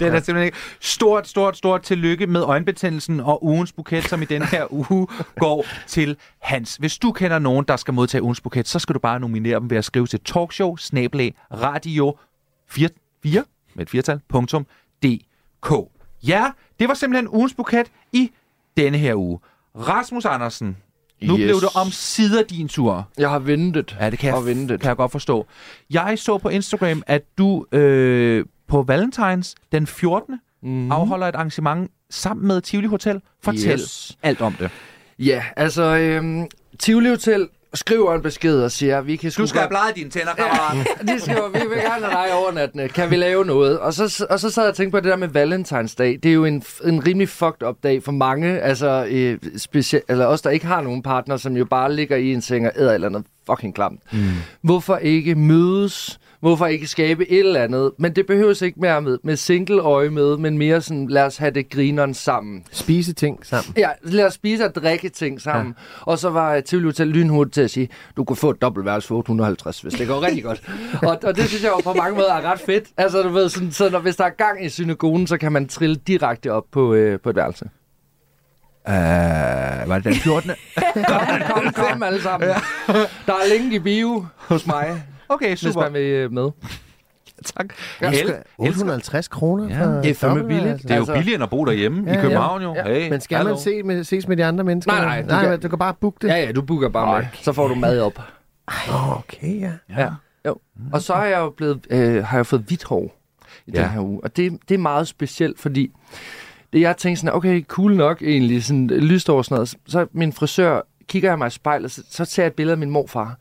Speaker 3: Det er da simpelthen ikke. Stort, stort, stort tillykke med øjenbetændelsen og ugens buket, som i den her uge går til Hans. Hvis du kender nogen, der skal modtage ugens buket, så skal du bare nominere dem ved at skrive til talkshow radio 4, 4 med et firtal, punktum, dk. Ja, det var simpelthen ugens buket i denne her uge. Rasmus Andersen, nu yes.
Speaker 5: Yes.
Speaker 3: blev det om sider din tur.
Speaker 5: Jeg har ventet
Speaker 3: Ja, det kan jeg,
Speaker 5: og ventet.
Speaker 3: kan jeg godt forstå. Jeg så på Instagram, at du øh, på Valentines den 14. Mm. afholder et arrangement sammen med Tivoli Hotel. Fortæl yes.
Speaker 5: Yes.
Speaker 3: alt om det.
Speaker 5: Ja, altså øhm, Tivoli Hotel skriver en besked og siger, vi kan sgu
Speaker 3: Du skal have
Speaker 5: godt-
Speaker 3: bleget dine tænder, kammerat.
Speaker 5: de skriver, vi vil gerne have dig overnattende. Kan vi lave noget? Og så, og så sad jeg og tænkte på det der med Valentinsdag. Det er jo en, en rimelig fucked up dag for mange. Altså, øh, specie- eller os, der ikke har nogen partner, som jo bare ligger i en seng og æder et eller andet fucking klamt. Mm. Hvorfor ikke mødes? Hvorfor ikke skabe et eller andet? Men det behøves ikke mere med, med single øje med, men mere sådan, lad os have det grineren sammen.
Speaker 6: Spise ting sammen.
Speaker 5: Ja, lad os spise og drikke ting sammen. Ja. Og så var øh, Tivoli Hotel lynhurtigt til at sige, du kunne få et dobbeltværelse for 850, hvis det går rigtig godt. og, og det synes jeg jo på mange måder er ret fedt. Altså, du ved, sådan, så når, hvis der er gang i synagogen, så kan man trille direkte op på, øh, på et værelse.
Speaker 3: Øh, var det den 14.
Speaker 5: Kom, kom, kom alle sammen. Ja. Der er link i bio hos mig,
Speaker 3: Okay,
Speaker 5: hvis
Speaker 3: super.
Speaker 5: man vil øh, med.
Speaker 3: Tak.
Speaker 6: Jeg
Speaker 3: Jeg elsker-
Speaker 6: elsker- 850 kroner
Speaker 3: Ja.
Speaker 6: for
Speaker 5: Det er fandme
Speaker 6: dobbelt,
Speaker 5: billigt.
Speaker 6: altså.
Speaker 3: Det er jo
Speaker 5: Altså-
Speaker 3: billigere end at bo derhjemme ja, i København jo. Ja. Hey,
Speaker 6: Men skal
Speaker 3: hallo.
Speaker 6: man se med, ses med de andre mennesker?
Speaker 5: Nej, nej, du
Speaker 6: Du nej
Speaker 5: kan-
Speaker 6: kan... du kan bare booke det.
Speaker 5: Ja, ja, du booker bare mig. Så får du mad op.
Speaker 6: Okay, ja.
Speaker 5: Ja. Jo. Og så har jeg jo blevet, øh, har jeg fået hvidt hår i ja.
Speaker 3: Ja.
Speaker 5: den her uge. Og det, det er meget specielt, fordi det, jeg tænkte sådan, okay, cool nok egentlig, sådan øh, lyst over sådan noget. Så- Så min frisør kigger jeg mig i spejlet, så, så tager jeg et billede af min morfar.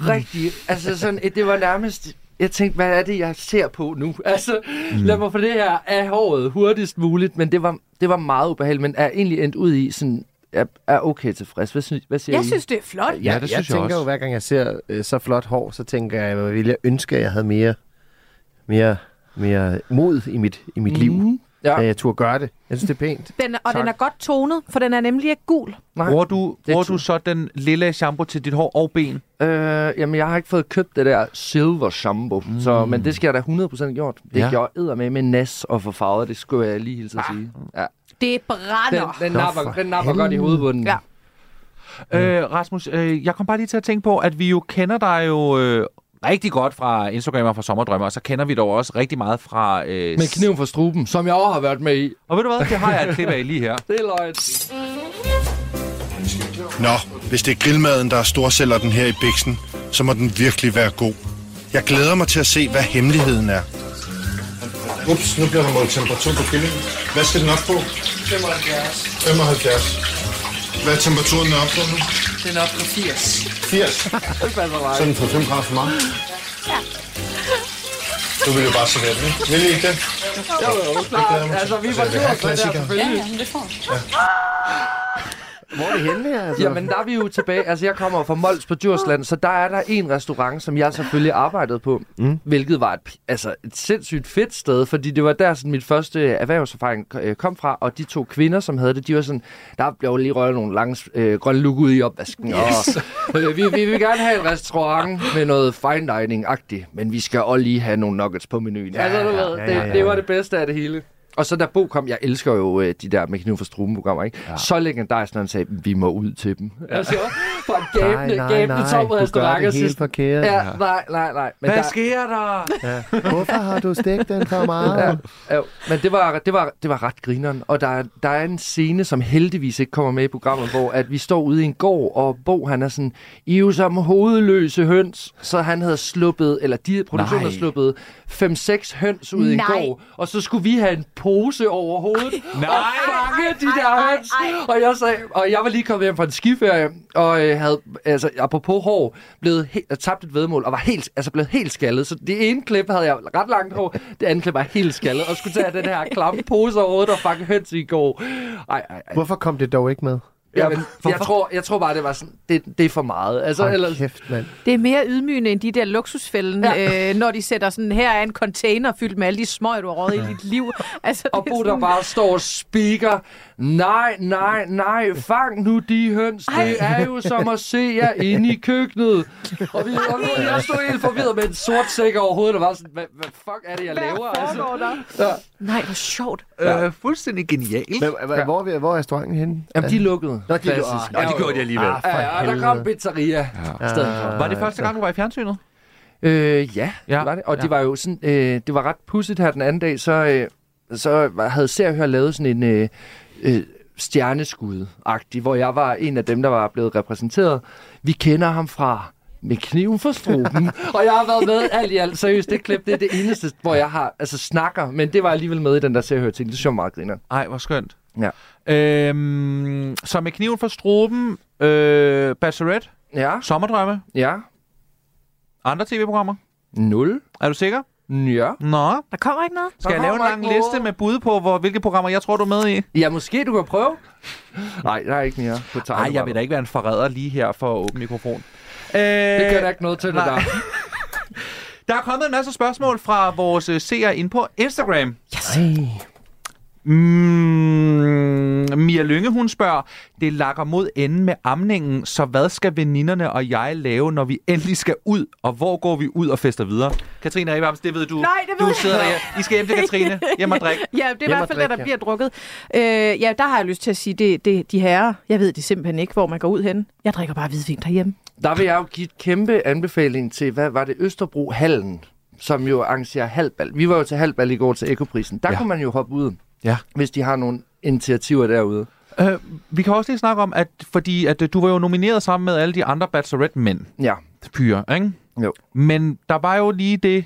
Speaker 5: Rigtig, altså sådan, et- det var nærmest, jeg tænkte, hvad er det, jeg ser på nu? Altså, mm. lad mig få det her af håret hurtigst muligt, men det var, det var meget ubehageligt, men er egentlig endt ud i sådan, er, er okay tilfreds. Hvad, synes, hvad siger
Speaker 4: Jeg
Speaker 5: I?
Speaker 4: synes, det er flot.
Speaker 3: Ja, det
Speaker 6: Jeg, jeg
Speaker 3: synes jeg
Speaker 6: tænker
Speaker 3: også.
Speaker 6: jo, hver gang jeg ser øh, så flot hår, så tænker jeg, hvor ville jeg ønske, at jeg havde mere, mere, mere mod i mit, i mit mm. liv,
Speaker 5: Ja.
Speaker 6: da jeg turde gøre det. Jeg synes, det er pænt.
Speaker 4: Den, og den er godt tonet, for den er nemlig ikke gul.
Speaker 5: Nej.
Speaker 3: Bruger du, bruger
Speaker 5: tror-
Speaker 3: du så den lille shampoo til dit hår og ben?
Speaker 5: Øh, jamen, jeg har ikke fået købt det der silver shampoo, mm. så, men det skal jeg da 100% gjort. Det
Speaker 3: Ja.
Speaker 5: ja. Ah. gjorde jeg med med nas og for farvet, det skulle jeg lige hilse at sige. Ja.
Speaker 4: Det
Speaker 5: Den,
Speaker 4: brænder.
Speaker 5: den, napper, den napper godt i hovedbunden.
Speaker 4: Ja.
Speaker 3: Øh, Rasmus, øh, jeg kom bare lige til at tænke på, at vi jo kender dig jo øh, rigtig godt fra Instagram og fra Sommerdrømme, og så kender vi dig jo også rigtig meget fra... Øh,
Speaker 5: Med kniven for struben, som jeg også har været med i.
Speaker 3: Og ved du hvad, det har jeg et klip af lige her.
Speaker 5: Det er løgn.
Speaker 11: Nå, hvis det er grillmaden, der er storsælger den her i Bixen, så må den virkelig være god. Jeg glæder mig til at se, hvad hemmeligheden er. Ups, nu bliver der målt temperatur på kyllingen. Hvad skal den op på? 75. 75. Hvad er temperaturen op på nu?
Speaker 5: Den er op på 80.
Speaker 11: 80. Sådan for 5 grader for meget. Du vil jo bare servere den, ikke? Vil I ikke det?
Speaker 5: Jo, jo,
Speaker 10: ehm,
Speaker 5: klart. Altså, vi var
Speaker 11: det er
Speaker 5: tur på det her,
Speaker 11: klassikere.
Speaker 5: selvfølgelig.
Speaker 6: Hvor er det henne her? Altså?
Speaker 5: Jamen, der er vi jo tilbage. Altså, jeg kommer fra Mols på Djursland, så der er der en restaurant, som jeg selvfølgelig arbejdede på, mm. hvilket var et, p- altså, et sindssygt fedt sted, fordi det var der, sådan, mit første erhvervserfaring øh, kom fra, og de to kvinder, som havde det, de var sådan, der blev jo lige røget nogle lange øh, grønne luk ud i opvasken, yes. og øh, vi, vi vil gerne have en restaurant med noget fine dining-agtigt, men vi skal også lige have nogle nuggets på menuen. Ja, altså, du ved, ja, ja, ja, ja. Det, det var det bedste af det hele. Og så da Bo kom, jeg elsker jo øh, de der med kniv for struben programmer, ikke? Ja. Så legendarisk, når han sagde, vi må ud til dem. Altså, fra en gæbne,
Speaker 6: nej,
Speaker 5: gæbne
Speaker 6: nej,
Speaker 5: tom
Speaker 6: du gør
Speaker 5: restaurant
Speaker 6: det helt
Speaker 5: sidst.
Speaker 6: forkert.
Speaker 5: Ja, nej, nej, nej. Men,
Speaker 3: Hvad
Speaker 5: der,
Speaker 3: sker der?
Speaker 6: Hvorfor har du stegt den for meget? Ja.
Speaker 5: jo, men det, var, det, var, det var ret grineren. Og der, er- der er en scene, som heldigvis ikke kommer med i programmet, hvor at vi står ude i en gård, og Bo han er sådan, I er jo som hovedløse høns. Så han havde sluppet, eller de produktionen havde sluppet 5-6 høns ud i en
Speaker 4: Nej.
Speaker 5: gård. Og så skulle vi have en pose over hovedet.
Speaker 3: Nej.
Speaker 5: Og fange de der høns. Og jeg, sagde, og jeg var lige kommet hjem fra en skiferie, og øh, havde, altså, apropos hår, blevet he- øh, tabt et vedmål, og var helt, altså, blevet helt skaldet. Så det ene klip havde jeg ret langt hår, det andet klip var jeg helt skaldet, og skulle tage den her klamme pose over hovedet og fange høns i går. Ej, ej, ej.
Speaker 6: Hvorfor kom det dog ikke med?
Speaker 5: Jamen, jeg, tror, jeg tror bare, det var sådan, det, det er for meget. Altså,
Speaker 6: Hold
Speaker 5: ellers,
Speaker 6: kæft, mand.
Speaker 4: Det er mere ydmygende end de der luksusfælden, ja. øh, når de sætter sådan, her er en container fyldt med alle de smøg, du har røget i dit liv. Altså,
Speaker 5: og
Speaker 4: det er
Speaker 5: Bo, der
Speaker 4: sådan-
Speaker 5: bare står og speaker. Nej, nej, nej, fang nu de høns. Det er jo som at se jer inde i køkkenet. Og vi og vi- jeg stod helt forvirret med en sort sæk over hovedet, og var sådan, hvad, hvad fuck er det, jeg laver? Altså,
Speaker 4: Nej, hvor sjovt.
Speaker 3: Øh, fuldstændig genialt.
Speaker 6: Men, hva- Hvor, er vi- hvor er restauranten henne?
Speaker 5: jamen, de lukkede.
Speaker 6: Nå, de
Speaker 5: Klassisk.
Speaker 6: lukkede.
Speaker 3: Nå, det gjorde de alligevel.
Speaker 6: Ah, for
Speaker 5: Ja, ja, der kom
Speaker 6: helvede.
Speaker 5: pizzeria. Ja.
Speaker 6: Ah,
Speaker 3: Var det første gang, du var i fjernsynet?
Speaker 5: Øh, ja,
Speaker 3: Ja,
Speaker 5: ja, det var det. Og ja.
Speaker 3: ja.
Speaker 5: det var jo sådan, øh, det var ret pudsigt her den anden dag, så, øh, så var- havde Se og Hør lavet sådan en øh, øh, stjerneskud-agtig, hvor jeg var en af dem, der var blevet repræsenteret. Vi kender ham fra med kniven for struben. og jeg har været med alt i alt. Seriøst, det klip, det er det eneste, hvor jeg har, altså snakker, men det var alligevel med i den der Se og Hør ting. Det synes jeg var meget griner.
Speaker 3: Ej, hvor skønt.
Speaker 5: Ja.
Speaker 3: Øhm, så med kniven for struben, øh, Bachelorette,
Speaker 5: Ja,
Speaker 3: Sommerdrømme,
Speaker 5: ja.
Speaker 3: andre tv-programmer.
Speaker 5: Nul.
Speaker 3: Er du sikker?
Speaker 5: Ja.
Speaker 3: Nå.
Speaker 4: Der kommer ikke noget?
Speaker 3: Skal jeg lave en lang liste med bud på, hvor, hvilke programmer jeg tror, du er med i?
Speaker 5: Ja, måske du kan prøve. Nej, der er ikke mere på
Speaker 3: Nej, jeg vil
Speaker 5: tegnebrættet.
Speaker 3: da ikke være en forræder lige her for at åbne mikrofon. Øh,
Speaker 5: Det gør der ikke noget til, det
Speaker 3: nej.
Speaker 5: der.
Speaker 3: Der er kommet en masse spørgsmål fra vores øh, seere inde på Instagram. Yes. Mm, Mia Lynge, hun spørger, det lakker mod enden med amningen, så hvad skal veninderne og jeg lave, når vi endelig skal ud, og hvor går vi ud og fester videre? Katrine Abrams, det ved du.
Speaker 4: Nej, det ved
Speaker 3: du
Speaker 4: jeg
Speaker 3: sidder der. I skal hjem til Katrine. Hjem og drik.
Speaker 4: Ja, det er i
Speaker 6: Hjem
Speaker 4: hvert
Speaker 6: og
Speaker 4: fald,
Speaker 6: drik,
Speaker 4: det, der
Speaker 6: ja.
Speaker 4: bliver drukket. Øh, ja, der har jeg lyst til at sige, det, det, de herrer, jeg ved det simpelthen ikke, hvor man går ud hen. Jeg drikker bare hvidvin derhjemme.
Speaker 5: Der vil jeg jo give et kæmpe anbefaling til, hvad var det, Østerbro Hallen, som jo arrangerer halvbal. Vi var jo til halvbal i går til Ekoprisen. Der
Speaker 3: Ja.
Speaker 5: ja. kunne man jo hoppe ud,
Speaker 3: Ja.
Speaker 5: hvis de har nogle initiativer derude.
Speaker 3: Øh, vi kan også lige snakke om, at fordi at øh, du var jo nomineret sammen med alle de andre Bachelorette-mænd.
Speaker 5: Ja,
Speaker 3: Pyre, ikke?
Speaker 5: jo.
Speaker 3: Men der var jo lige det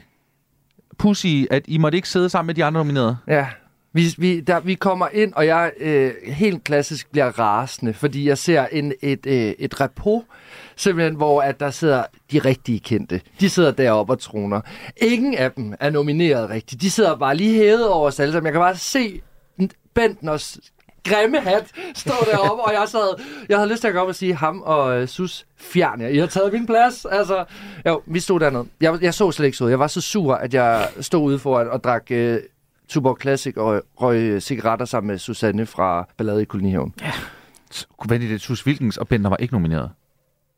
Speaker 3: pussy, at I måtte ikke sidde sammen med de andre nominerede.
Speaker 5: Ja. Vi, vi, der, vi kommer ind, og jeg øh, helt klassisk bliver rasende, fordi jeg ser en, et, øh, et repos, simpelthen, hvor at der sidder de rigtige kendte. De sidder deroppe og troner. Ingen af dem er nomineret rigtigt. De sidder bare lige hævet over os alle sammen. Jeg kan bare se Bentners grimme hat stå deroppe, og jeg sad, jeg havde lyst til at gå op og sige, ham og øh, Sus, fjern jer. I har taget min plads. Altså, jo, vi stod dernede. Jeg, jeg så slet ikke så ud. Jeg var så sur, at jeg stod ude foran og drak øh, Tuborg Classic og røg øh, cigaretter sammen med Susanne fra Ballade i Kolonihaven.
Speaker 3: Hvad er det, Sus Wilkens og Bender var ikke nomineret?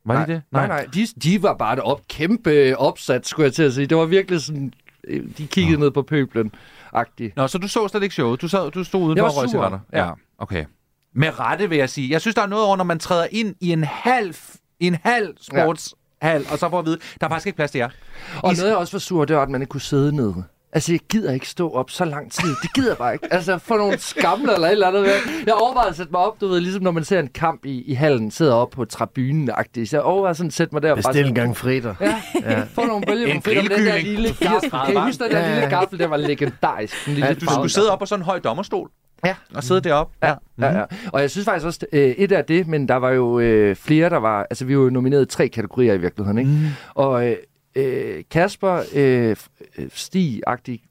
Speaker 3: Var de det?
Speaker 5: nej, nej. De, de var bare et op, kæmpe opsat, skulle jeg til at sige. Det var virkelig sådan, øh, de kiggede ned på pøblen agtigt
Speaker 3: Nå, så du så slet ikke showet. Du, sad, du stod udenfor
Speaker 5: Jeg var
Speaker 3: og røg
Speaker 5: sur.
Speaker 3: cigaretter.
Speaker 5: Ja.
Speaker 3: ja, okay. Med rette, vil jeg sige. Jeg synes, der er noget over, når man træder ind i en halv, i en halv sportshal, og så får at vide, der er faktisk ikke plads til jer.
Speaker 5: Og noget, jeg også var sur, det var, at man ikke kunne sidde nede. Altså, jeg gider ikke stå op så lang tid. Det gider jeg bare ikke. Altså, få nogle skamler eller et eller andet. væk. Jeg overvejede at sætte mig op, du ved, ligesom når man ser en kamp i, i hallen, sidder op på tribunen -agtigt. Så jeg overvejede sådan at sætte mig der. og bare
Speaker 6: Bestil en gang fredag.
Speaker 5: sådan- Ja. Få nogle bølger,
Speaker 3: En
Speaker 5: nogle fedt om den der
Speaker 3: grillkylling.
Speaker 5: lille gaffel. Kan I huske den der lille gaffel? Det var legendarisk. Den lille
Speaker 3: Du
Speaker 5: farve-
Speaker 3: skulle sidde op på sådan en høj dommerstol. Ja. Og sidde deroppe. Ja.
Speaker 5: Ja, ja. Og jeg synes faktisk også, øh, et af det, men der var jo øh, flere, der var... Altså, vi var jo nomineret i tre kategorier i virkeligheden, ikke?
Speaker 3: Mhm.
Speaker 5: Mm. Og øh, øh, Kasper øh, stig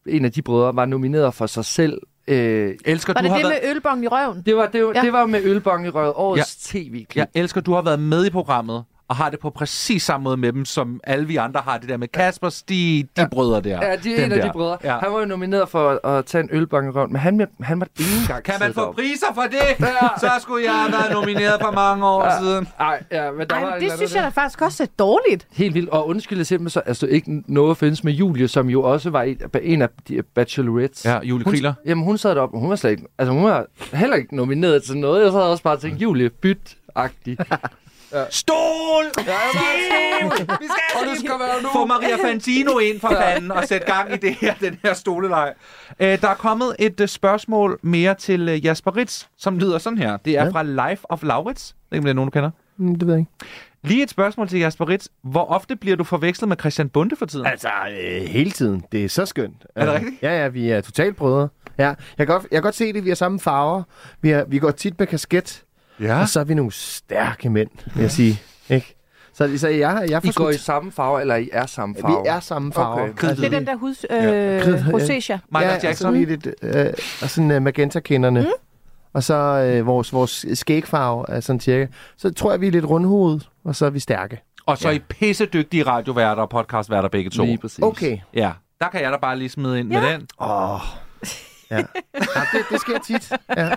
Speaker 5: en af de brødre, var nomineret for sig selv. Øh,
Speaker 3: Elsker,
Speaker 4: Var
Speaker 3: du
Speaker 4: det
Speaker 3: har
Speaker 4: det
Speaker 3: været...
Speaker 4: med ølbongen i røven?
Speaker 5: det var, det, var,
Speaker 4: Ja.
Speaker 5: ja. det var med ølbong i røret, årets ja. tv-klip.
Speaker 3: Jeg elsker, du har været med i programmet, og har det på præcis samme måde med dem, som alle vi andre har det der med Kasper Stig, de ja. brødre der.
Speaker 5: Ja, de er
Speaker 3: Dem
Speaker 5: en af
Speaker 3: der.
Speaker 5: de brødre.
Speaker 3: Ja.
Speaker 5: Ja. Han var jo nomineret for at tage en ølbong i røven, men han, han måtte ikke engang
Speaker 3: Kan man
Speaker 5: sidde
Speaker 3: få
Speaker 5: deroppe.
Speaker 3: priser for det? Ja. Så skulle jeg have været nomineret for mange år ja. siden.
Speaker 5: Ej, ja, men der
Speaker 4: Ej,
Speaker 5: var et
Speaker 4: men
Speaker 5: eller
Speaker 4: det
Speaker 5: andet
Speaker 4: synes
Speaker 5: der.
Speaker 4: jeg da faktisk også er dårligt.
Speaker 5: Helt vildt. Og undskyld simpelthen, så altså, ikke noget at findes med Julie, som jo også var en, en af de bachelorettes.
Speaker 3: Ja, Julie
Speaker 5: hun,
Speaker 3: Krieler.
Speaker 5: Jamen, hun sad deroppe, og hun var slet ikke, altså, hun var heller ikke nomineret til noget. Jeg sad også bare og tænkte, Julie, byt-agtig.
Speaker 3: Stol! Vi
Speaker 5: Og det skal være nu.
Speaker 3: Få Maria Fantino ind for fanden og sætte gang i det her, den her stoleleg. Øh, der er kommet et øh, spørgsmål mere til øh, Jasper Ritz, som lyder sådan her. Det er
Speaker 6: Ja.
Speaker 3: fra Life of Laurits. Det kan blive nogen, du kender.
Speaker 6: Mm, det ved jeg ikke.
Speaker 3: Lige et spørgsmål til Jasper Ritz. Hvor ofte bliver du forvekslet med Christian Bunde for tiden?
Speaker 6: Altså, øh, hele tiden. Det er så skønt.
Speaker 3: Er det
Speaker 6: Øh,
Speaker 3: rigtigt?
Speaker 6: Ja, ja, vi er totalt brødre. Ja, jeg kan godt, jeg kan godt se det, vi har samme farver. Vi, er, vi går tit med kasket,
Speaker 3: Ja.
Speaker 6: og så er vi nogle stærke mænd, vil jeg sige. Ikke? Så, så jeg, jeg
Speaker 5: I går i
Speaker 6: forskudt-
Speaker 5: samme farve, eller I er samme farve?
Speaker 6: Vi er samme farver.
Speaker 5: Okay.
Speaker 6: Okay.
Speaker 4: Det er den der hus, øh, rosacea.
Speaker 3: Michael
Speaker 6: ja,
Speaker 5: altså,
Speaker 3: Jackson.
Speaker 6: Og sådan, lidt, øh, og sådan uh, magenta-kinderne. Mm. Og så øh, vores, vores skægfarve er sådan cirka. Så tror jeg, vi er lidt rundhovedet, og så er vi stærke.
Speaker 3: Og så ja. er I pissedygtige radioværter og podcastværter begge to.
Speaker 5: Lige præcis.
Speaker 6: Okay.
Speaker 3: Ja, der kan jeg da bare lige smide ind ja. med den.
Speaker 6: Åh. Oh. Ja. ja det, det sker tit. Ja.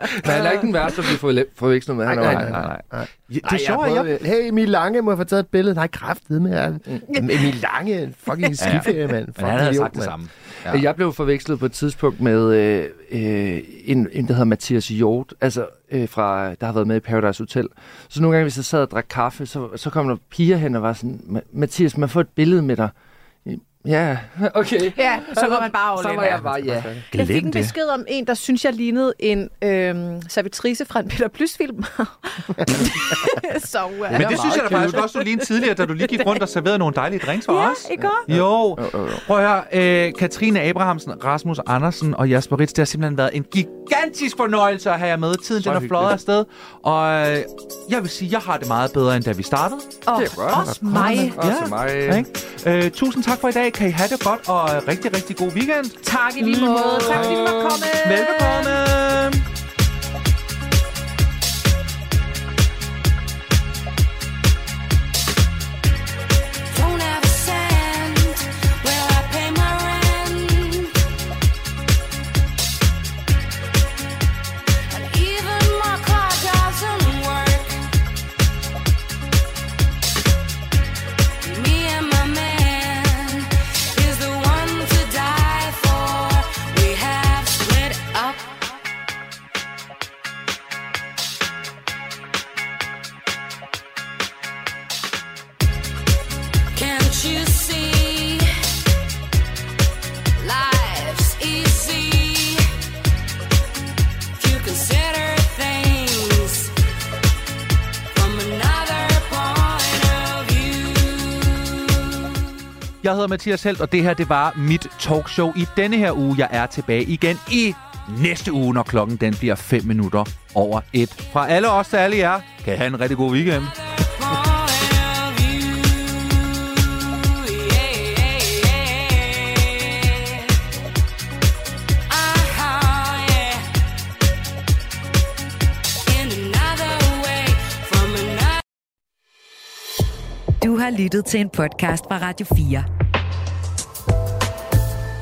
Speaker 5: Men han er ikke den værste, vi får forvekslet med. Han er
Speaker 6: Nej,
Speaker 5: bare-
Speaker 6: nej, nej.
Speaker 3: Det er sjovt, at jeg... Mm.
Speaker 6: jeg... Hey, Emil Lange, må jeg få taget et billede? Nej, kraftedet med. Jeg... Emil Lange, en fucking skiferie, mand. Fucking
Speaker 3: Men han havde
Speaker 6: idiot,
Speaker 3: sagt det
Speaker 6: mand.
Speaker 3: samme.
Speaker 5: Ja. Jeg blev forvekslet på et tidspunkt med øh, øh, en, en, der hedder Mathias Hjort, altså, øh, fra, der har været med i Paradise Hotel. Så nogle gange, hvis jeg sad og drak kaffe, så, så kom der piger hen og var sådan, "Ma- Mathias, man får et billede med dig. Ja, okay.
Speaker 4: Ja, så går man bare over
Speaker 5: Så var jeg bare, ja.
Speaker 4: Jeg fik en besked om en, der synes, jeg lignede en øhm, servitrice fra en Peter øh, Plys-film. så uh,
Speaker 3: Men
Speaker 5: var
Speaker 3: det synes jeg
Speaker 5: meget
Speaker 3: da faktisk også, du lige tidligere, da du lige gik rundt og serverede nogle dejlige drinks for
Speaker 4: Ja,
Speaker 3: os.
Speaker 4: ikke også?
Speaker 3: Jo,
Speaker 5: jo, jo.
Speaker 3: prøv at høre, øh, Katrine Abrahamsen, Rasmus Andersen og Jasper Ritz, det har simpelthen været en gigantisk fornøjelse at have jer med. Tiden den har
Speaker 5: hyggeligt.
Speaker 3: fløjet afsted, og øh, jeg vil sige, jeg har det meget bedre, end da vi startede.
Speaker 4: Og også mig.
Speaker 5: Også mig.
Speaker 3: Ikke? Øh, tusind tak for i dag. Kan I have det godt, og øh, rigtig, rigtig god weekend.
Speaker 4: Tak i lige måde. Tak fordi du var kommet.
Speaker 3: Velbekomme.
Speaker 12: Don't have a cent. Will I pay my rent? And even my car doesn't work. Me and my man is the one to die for. We have split up. Can't you see? Life's easy if you consider things from another point of view.
Speaker 3: Jeg hedder Mathias Helt, og det her det var mit talkshow i denne her uge. Jeg er tilbage igen i næste uge, når klokken den bliver 5 minutter over 1. Fra alle os til alle jer, kan I have en rigtig god weekend.
Speaker 2: Du har lyttet til en podcast fra Radio 4.